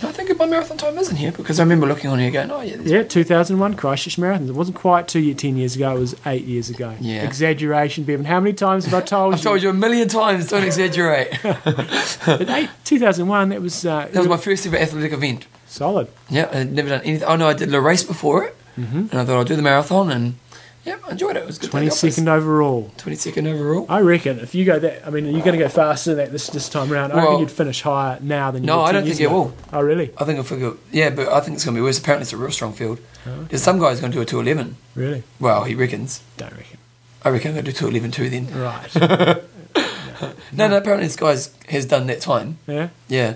Speaker 1: I think my marathon time isn't here because I remember looking on here going, oh, yeah. there's-
Speaker 2: Yeah, 2001 Christchurch Marathon. It wasn't quite two year, ten years ago. It was eight years ago.
Speaker 1: Yeah.
Speaker 2: Exaggeration, Bevan. How many times have I told
Speaker 1: I've told you a million times, don't exaggerate. that
Speaker 2: But eight, 2001, that was, uh,
Speaker 1: was my first ever athletic event.
Speaker 2: solid.
Speaker 1: Yeah, I'd never done anything. Oh, no, I did a race before it.
Speaker 2: Mm-hmm.
Speaker 1: And I thought I'll do the marathon and, yeah, I enjoyed it. It was a good. day at the office.
Speaker 2: 22nd overall.
Speaker 1: 22nd overall.
Speaker 2: I reckon if you go that, I mean, you're going to go faster than that this this time around. I
Speaker 1: Well-
Speaker 2: reckon you'd finish higher now than you
Speaker 1: No,
Speaker 2: did
Speaker 1: I
Speaker 2: 10
Speaker 1: don't
Speaker 2: years
Speaker 1: think it
Speaker 2: ago.
Speaker 1: will.
Speaker 2: Oh, really?
Speaker 1: I think I'll figure, yeah, but I think it's going to be worse. Apparently, it's a real strong field.
Speaker 2: Oh,
Speaker 1: There's some guy's going to do a 211.
Speaker 2: Really?
Speaker 1: Well, he reckons.
Speaker 2: Don't reckon.
Speaker 1: I reckon I'm going to do 211 too then.
Speaker 2: Right.
Speaker 1: No, no, apparently this guy's has done that time.
Speaker 2: yeah.
Speaker 1: Yeah.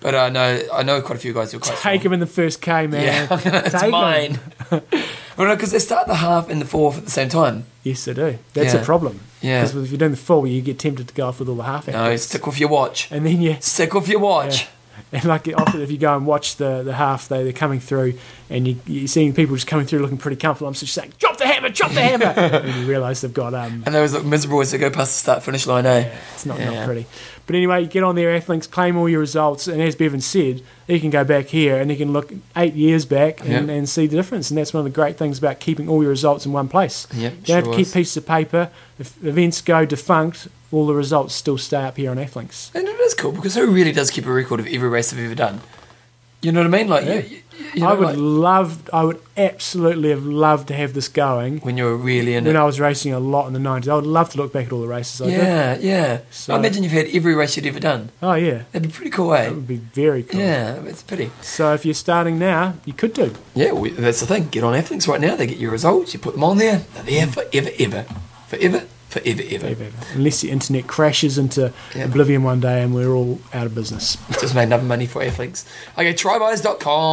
Speaker 1: But I know I know quite a few guys who are quite
Speaker 2: Take
Speaker 1: strong.
Speaker 2: him in the first K, man.
Speaker 1: Yeah, it's
Speaker 2: Take 'em.
Speaker 1: mine. well, no, because they start the half and the fourth at the same time.
Speaker 2: Yes, they do. That's
Speaker 1: Yeah.
Speaker 2: a problem.
Speaker 1: Yeah.
Speaker 2: Because if you're doing the full, you get tempted to go off with all the half
Speaker 1: No,
Speaker 2: actors.
Speaker 1: stick with your watch.
Speaker 2: and then you
Speaker 1: Stick with your watch.
Speaker 2: Yeah. And like often, if you go and watch the, the half, they, they're coming through, and you, you're seeing people just coming through looking pretty comfortable. I'm just saying, drop the hammer, drop the hammer, and you realise they've got um,
Speaker 1: And they always look miserable as they go past the start finish line, eh?
Speaker 2: yeah, it's not
Speaker 1: Yeah.
Speaker 2: not pretty. But anyway, you get on there, Athlinks, claim all your results, and as Bevan said, you can go back here and you can look eight years back and,
Speaker 1: Yeah.
Speaker 2: and see the difference. And that's one of the great things about keeping all your results in one place.
Speaker 1: Yep,
Speaker 2: you don't
Speaker 1: sure
Speaker 2: have to keep
Speaker 1: was.
Speaker 2: pieces of paper. If events go defunct, all the results still stay up here on Athlinks.
Speaker 1: And it is cool because who really does keep a record of every race they've ever done? You know what I mean? Like, you, you, you know,
Speaker 2: I would
Speaker 1: like,
Speaker 2: love, I would absolutely have loved to have this going
Speaker 1: when you're really in
Speaker 2: when
Speaker 1: it.
Speaker 2: I was racing a lot in the 90s. I would love to look back at all the races I did.
Speaker 1: yeah, yeah.
Speaker 2: So-
Speaker 1: I imagine you've had every race you'd ever done.
Speaker 2: Oh, yeah.
Speaker 1: That'd be pretty cool, eh?
Speaker 2: That would be very cool.
Speaker 1: Yeah, it's a pity.
Speaker 2: So if you're starting now, you could do.
Speaker 1: Yeah, well, that's the thing. Get on Athlinks right now. They get your results. You put them on there. They're there forever, ever. Forever, forever, ever.
Speaker 2: Unless the internet crashes into
Speaker 1: Yeah.
Speaker 2: oblivion one day and we're all out of business.
Speaker 1: Just made another money for Athlinks. Okay,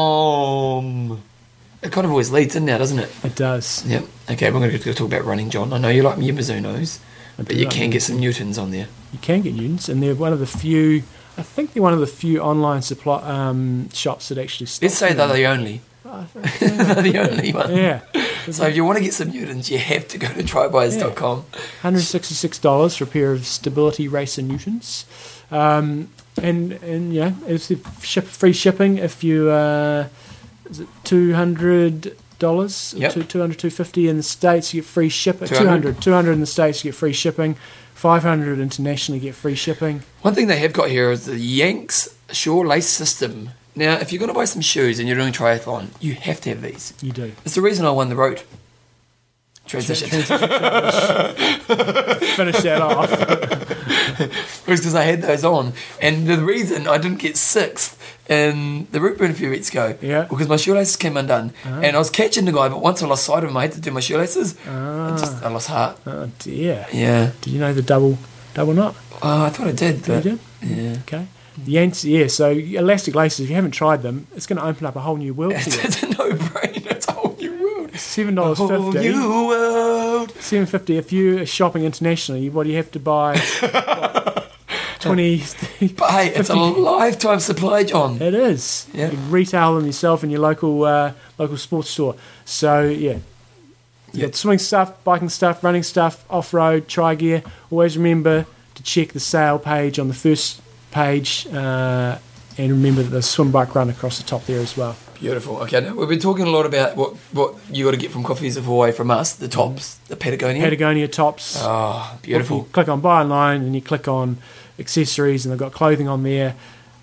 Speaker 1: trybuys.com. It kind of always leads in now, doesn't it?
Speaker 2: It does.
Speaker 1: Yep. Okay, we're going to talk about running, John. I know you like your Mizunos,
Speaker 2: I
Speaker 1: but
Speaker 2: do
Speaker 1: you
Speaker 2: like
Speaker 1: can get some Newtons on there.
Speaker 2: You can get units, and they're one of the few. I think they're one of the few online supply um, shops that actually. stock
Speaker 1: Let's say
Speaker 2: them.
Speaker 1: they're the only.
Speaker 2: Oh,
Speaker 1: they're the only one.
Speaker 2: yeah,
Speaker 1: So if you want to get some Newtons, you have to go to trybuys.com.
Speaker 2: hundred sixty-six dollars for a pair of stability racer Newtons, um, and and yeah, it's the ship, free shipping if you uh, is it two hundred dollars,
Speaker 1: Yep.
Speaker 2: two two hundred two fifty in the states you get free shipping,
Speaker 1: 200.
Speaker 2: 200 200 in the states you get free shipping, five hundred internationally you get free shipping.
Speaker 1: One thing they have got here is the Yanks Shore Lace System. Now, if you're going to buy some shoes and you're doing triathlon, you have to have these.
Speaker 2: You do
Speaker 1: It's the reason I won the road. Transition.
Speaker 2: finish that off.
Speaker 1: it was because I had those on. And the reason I didn't get sixth in the root burn a few weeks ago,
Speaker 2: Yeah. Uh-huh.
Speaker 1: because my shoelaces came undone. And I was catching the guy, but once I lost sight of him, I had to do my shoelaces.
Speaker 2: Ah.
Speaker 1: I just I lost heart.
Speaker 2: Oh dear!
Speaker 1: Yeah.
Speaker 2: Did you know the double double knot?
Speaker 1: Oh, I thought I did.
Speaker 2: You
Speaker 1: But,
Speaker 2: did?
Speaker 1: Yeah.
Speaker 2: Okay. The ants, yeah. So elastic laces, if you haven't tried them, it's going to open up a whole new world to you.
Speaker 1: It's a no brainer. It's a whole new world.
Speaker 2: Seven
Speaker 1: A
Speaker 2: dollars
Speaker 1: whole
Speaker 2: fifty.
Speaker 1: new world.
Speaker 2: Seven fifty. If you are shopping internationally, what do you have to buy? What, Twenty. 30?
Speaker 1: But hey, it's a
Speaker 2: 50.
Speaker 1: lifetime supply, John.
Speaker 2: It is.
Speaker 1: Yeah.
Speaker 2: You retail them yourself in your local uh, local sports store. So yeah.
Speaker 1: Yeah.
Speaker 2: Yeah. Swimming stuff, biking stuff, running stuff, off road, tri gear. Always remember to check the sale page on the first page, uh, and remember that the swim bike run across the top there as well.
Speaker 1: Beautiful. Okay, now we've been talking a lot about what what you got to get from Coffees of Hawaii from us, the tops, the Patagonia.
Speaker 2: Patagonia tops.
Speaker 1: oh, beautiful.
Speaker 2: You click on buy online and you click on accessories and they've got clothing on there.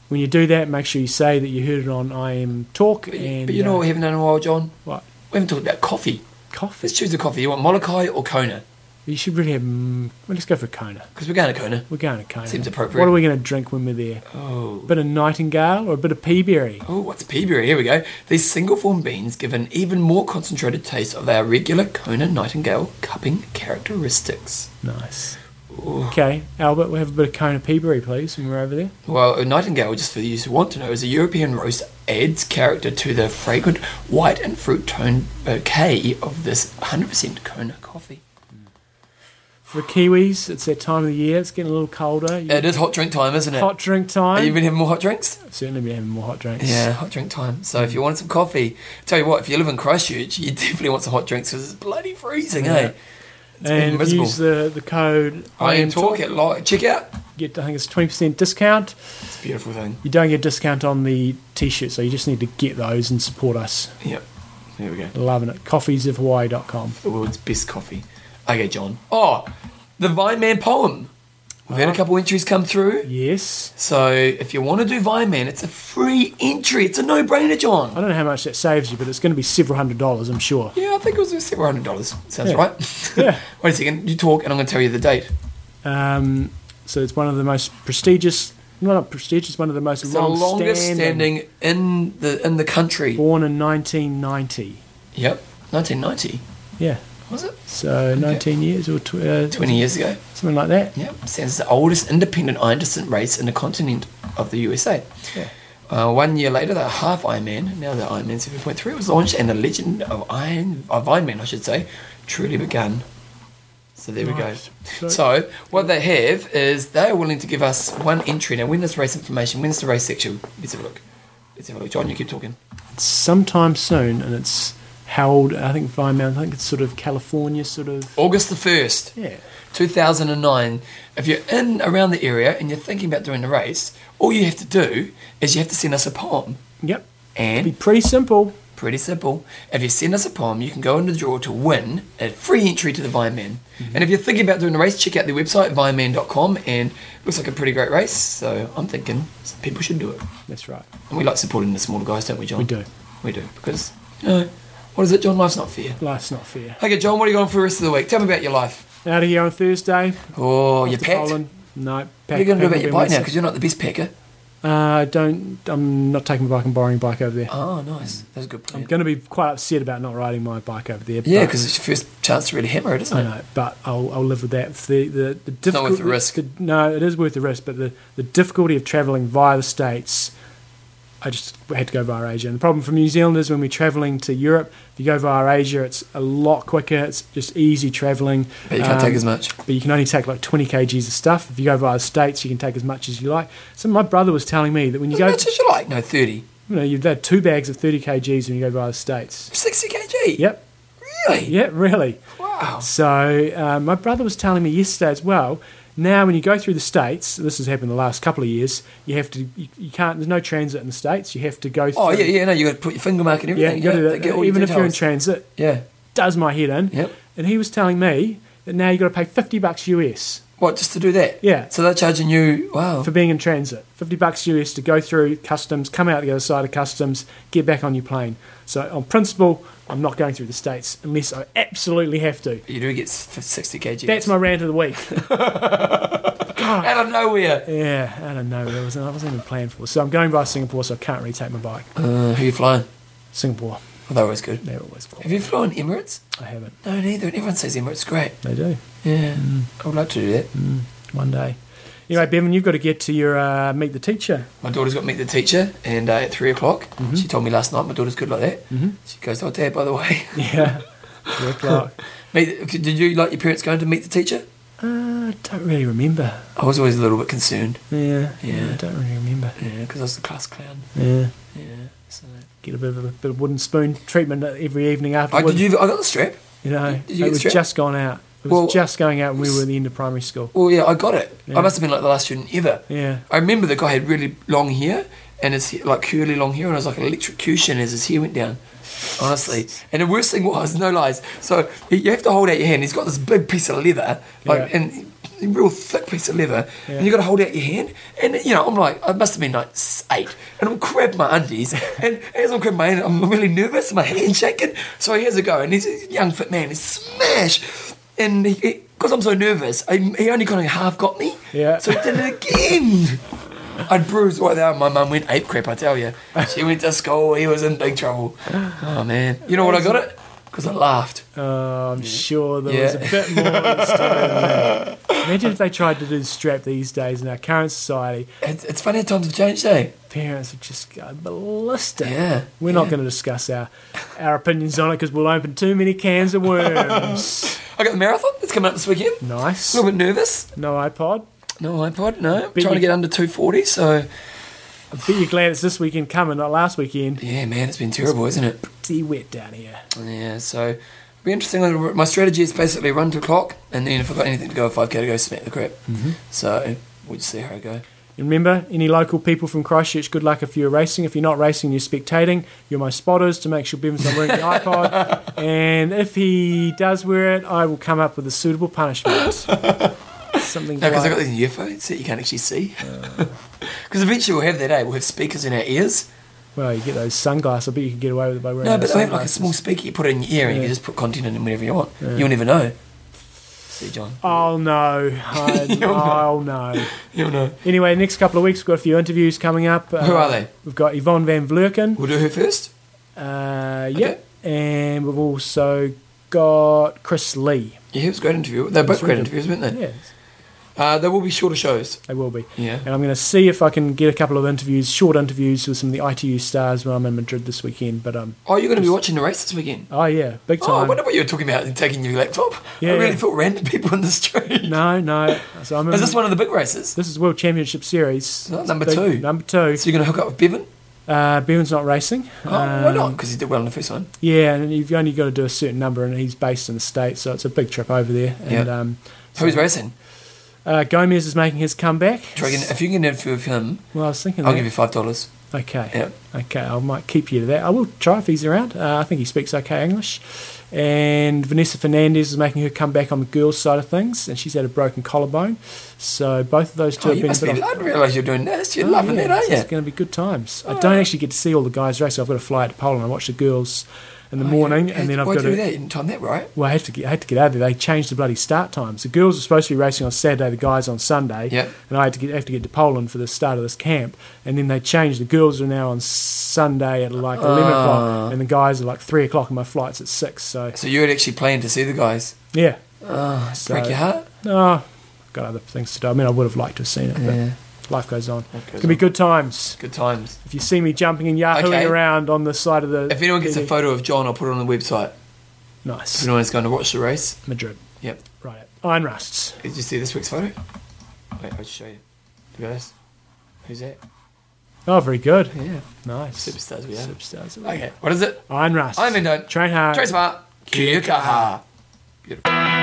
Speaker 2: When you do that, make sure you say that you heard it on I Am Talk.
Speaker 1: But,
Speaker 2: and,
Speaker 1: but you know
Speaker 2: uh,
Speaker 1: what we haven't done in a while, John?
Speaker 2: what?
Speaker 1: We haven't talked about coffee.
Speaker 2: Coffee.
Speaker 1: Let's choose a coffee. You want Molokai or Kona?
Speaker 2: You should really have. Mm, well, let's go for Kona.
Speaker 1: Because we're going to Kona.
Speaker 2: We're going to Kona.
Speaker 1: Seems appropriate.
Speaker 2: What are we going to drink when we're there?
Speaker 1: Oh.
Speaker 2: A bit of Nightingale or a bit of Peaberry?
Speaker 1: Oh, what's peaberry? Here we go. These single form beans give an even more concentrated taste of our regular Kona Nightingale cupping characteristics.
Speaker 2: Nice.
Speaker 1: Ooh.
Speaker 2: Okay, Albert, we'll have a bit of Kona Peaberry, please, when we're over there.
Speaker 1: Well, a Nightingale, just for you who want to know, is a European roast adds character to the fragrant white and fruit toned bouquet of this 100% Kona coffee.
Speaker 2: For the Kiwis, it's that time of the year. It's getting a little colder. You-
Speaker 1: It is hot drink time, isn't it?
Speaker 2: hot drink time.
Speaker 1: Have you been having more hot drinks?
Speaker 2: I've certainly been having more hot drinks.
Speaker 1: Yeah, hot drink time. So if you want some coffee, tell you what, if you live in Christchurch, you definitely want some hot drinks because it's bloody freezing, eh?
Speaker 2: and
Speaker 1: miserable.
Speaker 2: use the, the code
Speaker 1: I am talk at like check out.
Speaker 2: Get I think it's twenty percent discount.
Speaker 1: It's a beautiful thing.
Speaker 2: You don't get discount on the t-shirt, so you just need to get those and support us.
Speaker 1: Yep. There we go.
Speaker 2: Loving it. Coffeesofhawaii.com.
Speaker 1: The world's best coffee. Okay, John. Uh-huh. Oh, the Vine Man poem. We've had a couple entries come through.
Speaker 2: Yes.
Speaker 1: So if you want to do Vine Man, it's a free entry. It's a no-brainer, John.
Speaker 2: I don't know how much that saves you, but it's going to be several hundred dollars, I'm sure.
Speaker 1: Yeah, I think it was several hundred dollars. Sounds
Speaker 2: Yeah.
Speaker 1: right.
Speaker 2: Yeah.
Speaker 1: Wait a second. You talk, and I'm going to tell you the date.
Speaker 2: Um, so it's one of the most prestigious, no, not prestigious, one of the most
Speaker 1: It's the
Speaker 2: long
Speaker 1: longest
Speaker 2: standing.
Speaker 1: standing in the in the country.
Speaker 2: Born in 1990.
Speaker 1: Yep, 1990
Speaker 2: Yeah.
Speaker 1: was it?
Speaker 2: So 19 years or tw- uh,
Speaker 1: 20 years ago.
Speaker 2: something like that.
Speaker 1: Yep, stands as the oldest independent iron distance race in the continent of the USA.
Speaker 2: Yeah.
Speaker 1: Uh, one year later, the half Ironman, now the Ironman 7.3, was launched, and the legend of Iron of Ironman, I should say, truly began. So there
Speaker 2: Nice.
Speaker 1: we go.
Speaker 2: So-
Speaker 1: So what they have is they are willing to give us one entry. Now, when this race information, when's the race section? Let's have a look. Let's have a look. John, you keep talking.
Speaker 2: Sometime soon, and it's how old? I think Vine Mountain, I think it's sort of California, sort of.
Speaker 1: August the first.
Speaker 2: Yeah.
Speaker 1: 2009, if you're in around the area and you're thinking about doing the race, all you have to do is you have to send us a poem.
Speaker 2: Yep. Be
Speaker 1: And
Speaker 2: pretty simple.
Speaker 1: pretty simple. If you send us a poem, you can go in the draw to win a free entry to the Vine Man.
Speaker 2: Mm-hmm.
Speaker 1: And if you're thinking about doing the race, check out their website, vineman.com, and it looks like a pretty great race. So I'm thinking some people should do it.
Speaker 2: That's right.
Speaker 1: And we like supporting the smaller guys, don't we, John?
Speaker 2: We do.
Speaker 1: We do. Because, you know, what is it, John? Life's not fair.
Speaker 2: Life's not fair.
Speaker 1: Okay, John, what are you going for the rest of the week? Tell me about your life.
Speaker 2: Out of here on Thursday.
Speaker 1: Oh,
Speaker 2: off
Speaker 1: you're
Speaker 2: to
Speaker 1: packed.
Speaker 2: Poland. No.
Speaker 1: What are you going to do about your bike now?
Speaker 2: now?
Speaker 1: Because you're not the best packer.
Speaker 2: Uh, don't. I'm not taking my bike. I'm borrowing a bike over there.
Speaker 1: Oh, nice. That's a good
Speaker 2: I'm
Speaker 1: plan.
Speaker 2: going to be quite upset about not riding my bike over there.
Speaker 1: yeah,
Speaker 2: but-
Speaker 1: because it's your first chance to really hammer it, isn't
Speaker 2: I
Speaker 1: it?
Speaker 2: know, but I'll, I'll live with that. It's The, the, the difficult,
Speaker 1: not worth the risk.
Speaker 2: the- no, it is worth the risk, but the, the difficulty of travelling via the States, I just had to go via Asia. And the problem from New Zealand is when we're travelling to Europe, if you go via Asia, it's a lot quicker, it's just easy travelling.
Speaker 1: But you can't
Speaker 2: Um,
Speaker 1: take as much.
Speaker 2: but you can only take like 20 kgs of stuff. If you go via the States, you can take as much as you like. So my brother was telling me that when you
Speaker 1: As
Speaker 2: go,
Speaker 1: much as you like. No, 30.
Speaker 2: you know, you've had two bags of 30 kgs when you go via the States.
Speaker 1: 60 kg?
Speaker 2: Yep,
Speaker 1: Really?
Speaker 2: yeah, really.
Speaker 1: Wow.
Speaker 2: So uh, my brother was telling me yesterday as well. Now, when you go through the states, this has happened the last couple of years. You have to, you, you can't. There's no transit in the states. You have to go. Through,
Speaker 1: Oh, yeah, yeah, no, you got to put your finger mark and
Speaker 2: yeah.
Speaker 1: everything.
Speaker 2: you gotta do
Speaker 1: they
Speaker 2: that.
Speaker 1: get all your
Speaker 2: even if you're in
Speaker 1: details.
Speaker 2: transit,
Speaker 1: Yeah.
Speaker 2: does my head in.
Speaker 1: Yep.
Speaker 2: And he was telling me that now you got to pay fifty bucks US
Speaker 1: What, just to do that?
Speaker 2: Yeah.
Speaker 1: So they're charging you, wow.
Speaker 2: for being in transit. Fifty bucks US to go through customs, come out the other side of customs, get back on your plane. So on principle, I'm not going through the states unless I absolutely have to.
Speaker 1: you do get s- f- 60 kg.
Speaker 2: That's my rant of the week.
Speaker 1: Out of nowhere.
Speaker 2: Yeah, I don't know. That wasn't, I wasn't even planned for. So I'm going by Singapore, so I can't really take my bike.
Speaker 1: Uh, who you flying?
Speaker 2: Singapore,
Speaker 1: Well, they're always good.
Speaker 2: they're always cool.
Speaker 1: Have you flown Emirates?
Speaker 2: I haven't.
Speaker 1: No, neither. And everyone says Emirates great.
Speaker 2: They do.
Speaker 1: Yeah.
Speaker 2: Mm.
Speaker 1: I would like to do that.
Speaker 2: One day. Anyway, Bevan, you've got to get to your uh, meet the teacher.
Speaker 1: My daughter's got Meet the Teacher, and uh, at three o'clock,
Speaker 2: Mm-hmm.
Speaker 1: she told me last night, my daughter's good like that. She goes, Oh, Dad, by the way,
Speaker 2: Yeah. Three o'clock.
Speaker 1: meet, did you like your parents going to Meet the Teacher?
Speaker 2: Uh, I don't really remember.
Speaker 1: I was always a little bit concerned.
Speaker 2: Yeah.
Speaker 1: Yeah.
Speaker 2: I don't really remember.
Speaker 1: Yeah, because I was the class clown.
Speaker 2: Yeah.
Speaker 1: Yeah. So.
Speaker 2: Get a bit of a bit of wooden spoon treatment every evening
Speaker 1: Oh,
Speaker 2: afterwards.
Speaker 1: did you? I got the strap.
Speaker 2: you know,
Speaker 1: did you get
Speaker 2: it was
Speaker 1: strapped?
Speaker 2: just gone out. It was
Speaker 1: Well,
Speaker 2: just going out when we were at the end of primary school.
Speaker 1: Well, yeah, I got it.
Speaker 2: Yeah.
Speaker 1: I must have been like the last student ever.
Speaker 2: Yeah.
Speaker 1: I remember the guy had really long hair and his hair, like curly long hair, and it was like an electrocution as his hair went down. Honestly, and the worst thing was no lies. So you- you have to hold out your hand. He's got this big piece of leather, like
Speaker 2: Yeah.
Speaker 1: and a real thick piece of leather,
Speaker 2: Yeah.
Speaker 1: and you got to hold out your hand. And you know, I'm like, I must have been like s- eight, and I'm grabbing my undies, and as I'm grabbing my hand, I'm really nervous. My hand shaking. So he has a go, and he's a young fit man. He's smash, and he. Because I'm so nervous, I, he only kind of half got me.
Speaker 2: Yeah.
Speaker 1: So he did it again. I'd bruised right there. My mum went ape crap, I tell you. She went to school. He was in big trouble. Oh, man. You know what I got it? Because I laughed.
Speaker 2: Oh, I'm sure there was a
Speaker 1: Yeah.
Speaker 2: bit more. to the story than that. Imagine if they tried to do the strap these days in our current society.
Speaker 1: It's, it's funny how times have changed, eh?
Speaker 2: Parents would just go ballistic.
Speaker 1: Yeah.
Speaker 2: We're not going to discuss our, our opinions on it because we'll open too many cans of worms.
Speaker 1: I got the marathon. It's coming up this weekend. A
Speaker 2: nice.
Speaker 1: little bit nervous.
Speaker 2: No iPod.
Speaker 1: No iPod, no. I'm
Speaker 2: But
Speaker 1: trying to
Speaker 2: you-
Speaker 1: get under 240, so.
Speaker 2: I bet you're glad it's this weekend coming, not last weekend.
Speaker 1: Yeah, man, it's been terrible, isn't it?
Speaker 2: Pretty wet down here.
Speaker 1: Yeah, so Be interesting. My strategy is basically run to clock, and then if I've got anything to go, five k to go, smack the crap. Mm-hmm. So we'll just see how it goes.
Speaker 2: Remember, any local people from Christchurch, good luck if you're racing. If you're not racing, you're spectating. You're my spotters to make sure Bevan's not wearing the iPod. and if he does wear it, I will come up with a suitable punishment. Something
Speaker 1: No, because I've
Speaker 2: like-
Speaker 1: got these earphones that you can't actually see. Because eventually we'll have that, eh? We'll have speakers in our ears.
Speaker 2: Well, you get those sunglasses. I bet you could get away with it by wearing
Speaker 1: No, but
Speaker 2: those
Speaker 1: they'll have like a
Speaker 2: sunglasses.
Speaker 1: small speaker you put it in your ear and you
Speaker 2: Yeah.
Speaker 1: can just put content in whenever you want. You'll never know. See, John.
Speaker 2: I'll know. I-
Speaker 1: You'll know.
Speaker 2: I'll know.
Speaker 1: You'll know.
Speaker 2: Anyway, next couple of weeks, we've got a few interviews coming up. Uh,
Speaker 1: Who are they?
Speaker 2: We've got Yvonne Van Vlurken.
Speaker 1: We'll do her first.
Speaker 2: Uh, yep. And we've also got Chris Lee.
Speaker 1: Yeah, it was a great interview. They're both
Speaker 2: That's
Speaker 1: great
Speaker 2: really
Speaker 1: interviews, weren't they?
Speaker 2: Yes,
Speaker 1: Uh, they will be shorter shows.
Speaker 2: they will be.
Speaker 1: Yeah.
Speaker 2: And I'm going to see if I can get a couple of interviews, short interviews with some of the ITU stars when I'm in Madrid this weekend. But, um,
Speaker 1: Oh, you're going to be watching the race this weekend.
Speaker 2: oh, yeah, big
Speaker 1: Oh, I
Speaker 2: time.
Speaker 1: wonder what you were talking about in taking your laptop.
Speaker 2: Yeah,
Speaker 1: I really
Speaker 2: yeah.
Speaker 1: thought random people in the street.
Speaker 2: no, um, no. So I'm
Speaker 1: Is
Speaker 2: in-
Speaker 1: this one of the big races?
Speaker 2: This is World Championship Series.
Speaker 1: Oh, number
Speaker 2: Big-
Speaker 1: two.
Speaker 2: Number two.
Speaker 1: So you're going to hook up with Bevan?
Speaker 2: Uh, Bevan's not racing.
Speaker 1: Oh, why not?
Speaker 2: Um,
Speaker 1: Because he did well in the first one.
Speaker 2: Yeah, and you've only got to do a certain number, and he's based in the States, so it's a big trip over there. And
Speaker 1: Yeah.
Speaker 2: um,
Speaker 1: Who's racing?
Speaker 2: uh, Gomez is making his comeback.
Speaker 1: Do you reckon If you can interview with him,
Speaker 2: Well, I was thinking
Speaker 1: I'll
Speaker 2: that.
Speaker 1: give you five dollars.
Speaker 2: Okay.
Speaker 1: Yeah.
Speaker 2: Okay, I might keep you to that. I will try if he's around. Uh, I think he speaks okay English. And Vanessa Fernandez is making her comeback on the girls' side of things, and she's had a broken collarbone. So both of those two
Speaker 1: Oh,
Speaker 2: have
Speaker 1: you
Speaker 2: been
Speaker 1: must
Speaker 2: a
Speaker 1: be.
Speaker 2: bit
Speaker 1: I
Speaker 2: off-
Speaker 1: didn't realise you're doing this. You're
Speaker 2: Oh,
Speaker 1: loving
Speaker 2: yeah,
Speaker 1: it, aren't
Speaker 2: so
Speaker 1: you? Oh.
Speaker 2: It's going to be good times. I don't actually get to see all the guys race. I've got to fly out to Poland. I watch the girls in the morning, and then I've
Speaker 1: Why
Speaker 2: got
Speaker 1: do
Speaker 2: to.
Speaker 1: that? Oh, You didn't time that right.
Speaker 2: Well, I had to get I had to get out of there. They changed the bloody start times. The girls were supposed to be racing on Saturday, the guys on Sunday.
Speaker 1: Yep.
Speaker 2: And I had to get have to get to Poland for the start of this camp. And then they changed. The girls are now on Sunday at like eleven
Speaker 1: Ah.
Speaker 2: o'clock, and the guys are like three o'clock, and my flight's at six. So
Speaker 1: So you had actually planned to see the guys.
Speaker 2: yeah,
Speaker 1: Oh,
Speaker 2: So-
Speaker 1: break your heart.
Speaker 2: no, got other things to do. I mean, I would have liked to have seen it, but
Speaker 1: Yeah.
Speaker 2: life goes on.
Speaker 1: Life goes
Speaker 2: Could be
Speaker 1: on.
Speaker 2: good times.
Speaker 1: Good times.
Speaker 2: If you see me jumping and yahooing
Speaker 1: Okay.
Speaker 2: around on the side of the,
Speaker 1: If anyone gets a photo of John, I'll put it on the website. If
Speaker 2: nice
Speaker 1: anyone's going to watch the race,
Speaker 2: Madrid,
Speaker 1: yep.
Speaker 2: right? Iron rusts.
Speaker 1: Did you see this week's photo? Wait, I'll just show you. Look at this. Who's that?
Speaker 2: Oh, very good.
Speaker 1: Yeah.
Speaker 2: Nice.
Speaker 1: Superstars we are.
Speaker 2: Superstars.
Speaker 1: Okay. What is it?
Speaker 2: Iron Rust.
Speaker 1: I'm in.
Speaker 2: Train hard.
Speaker 1: Trace Smart. Kia kaha. Beautiful.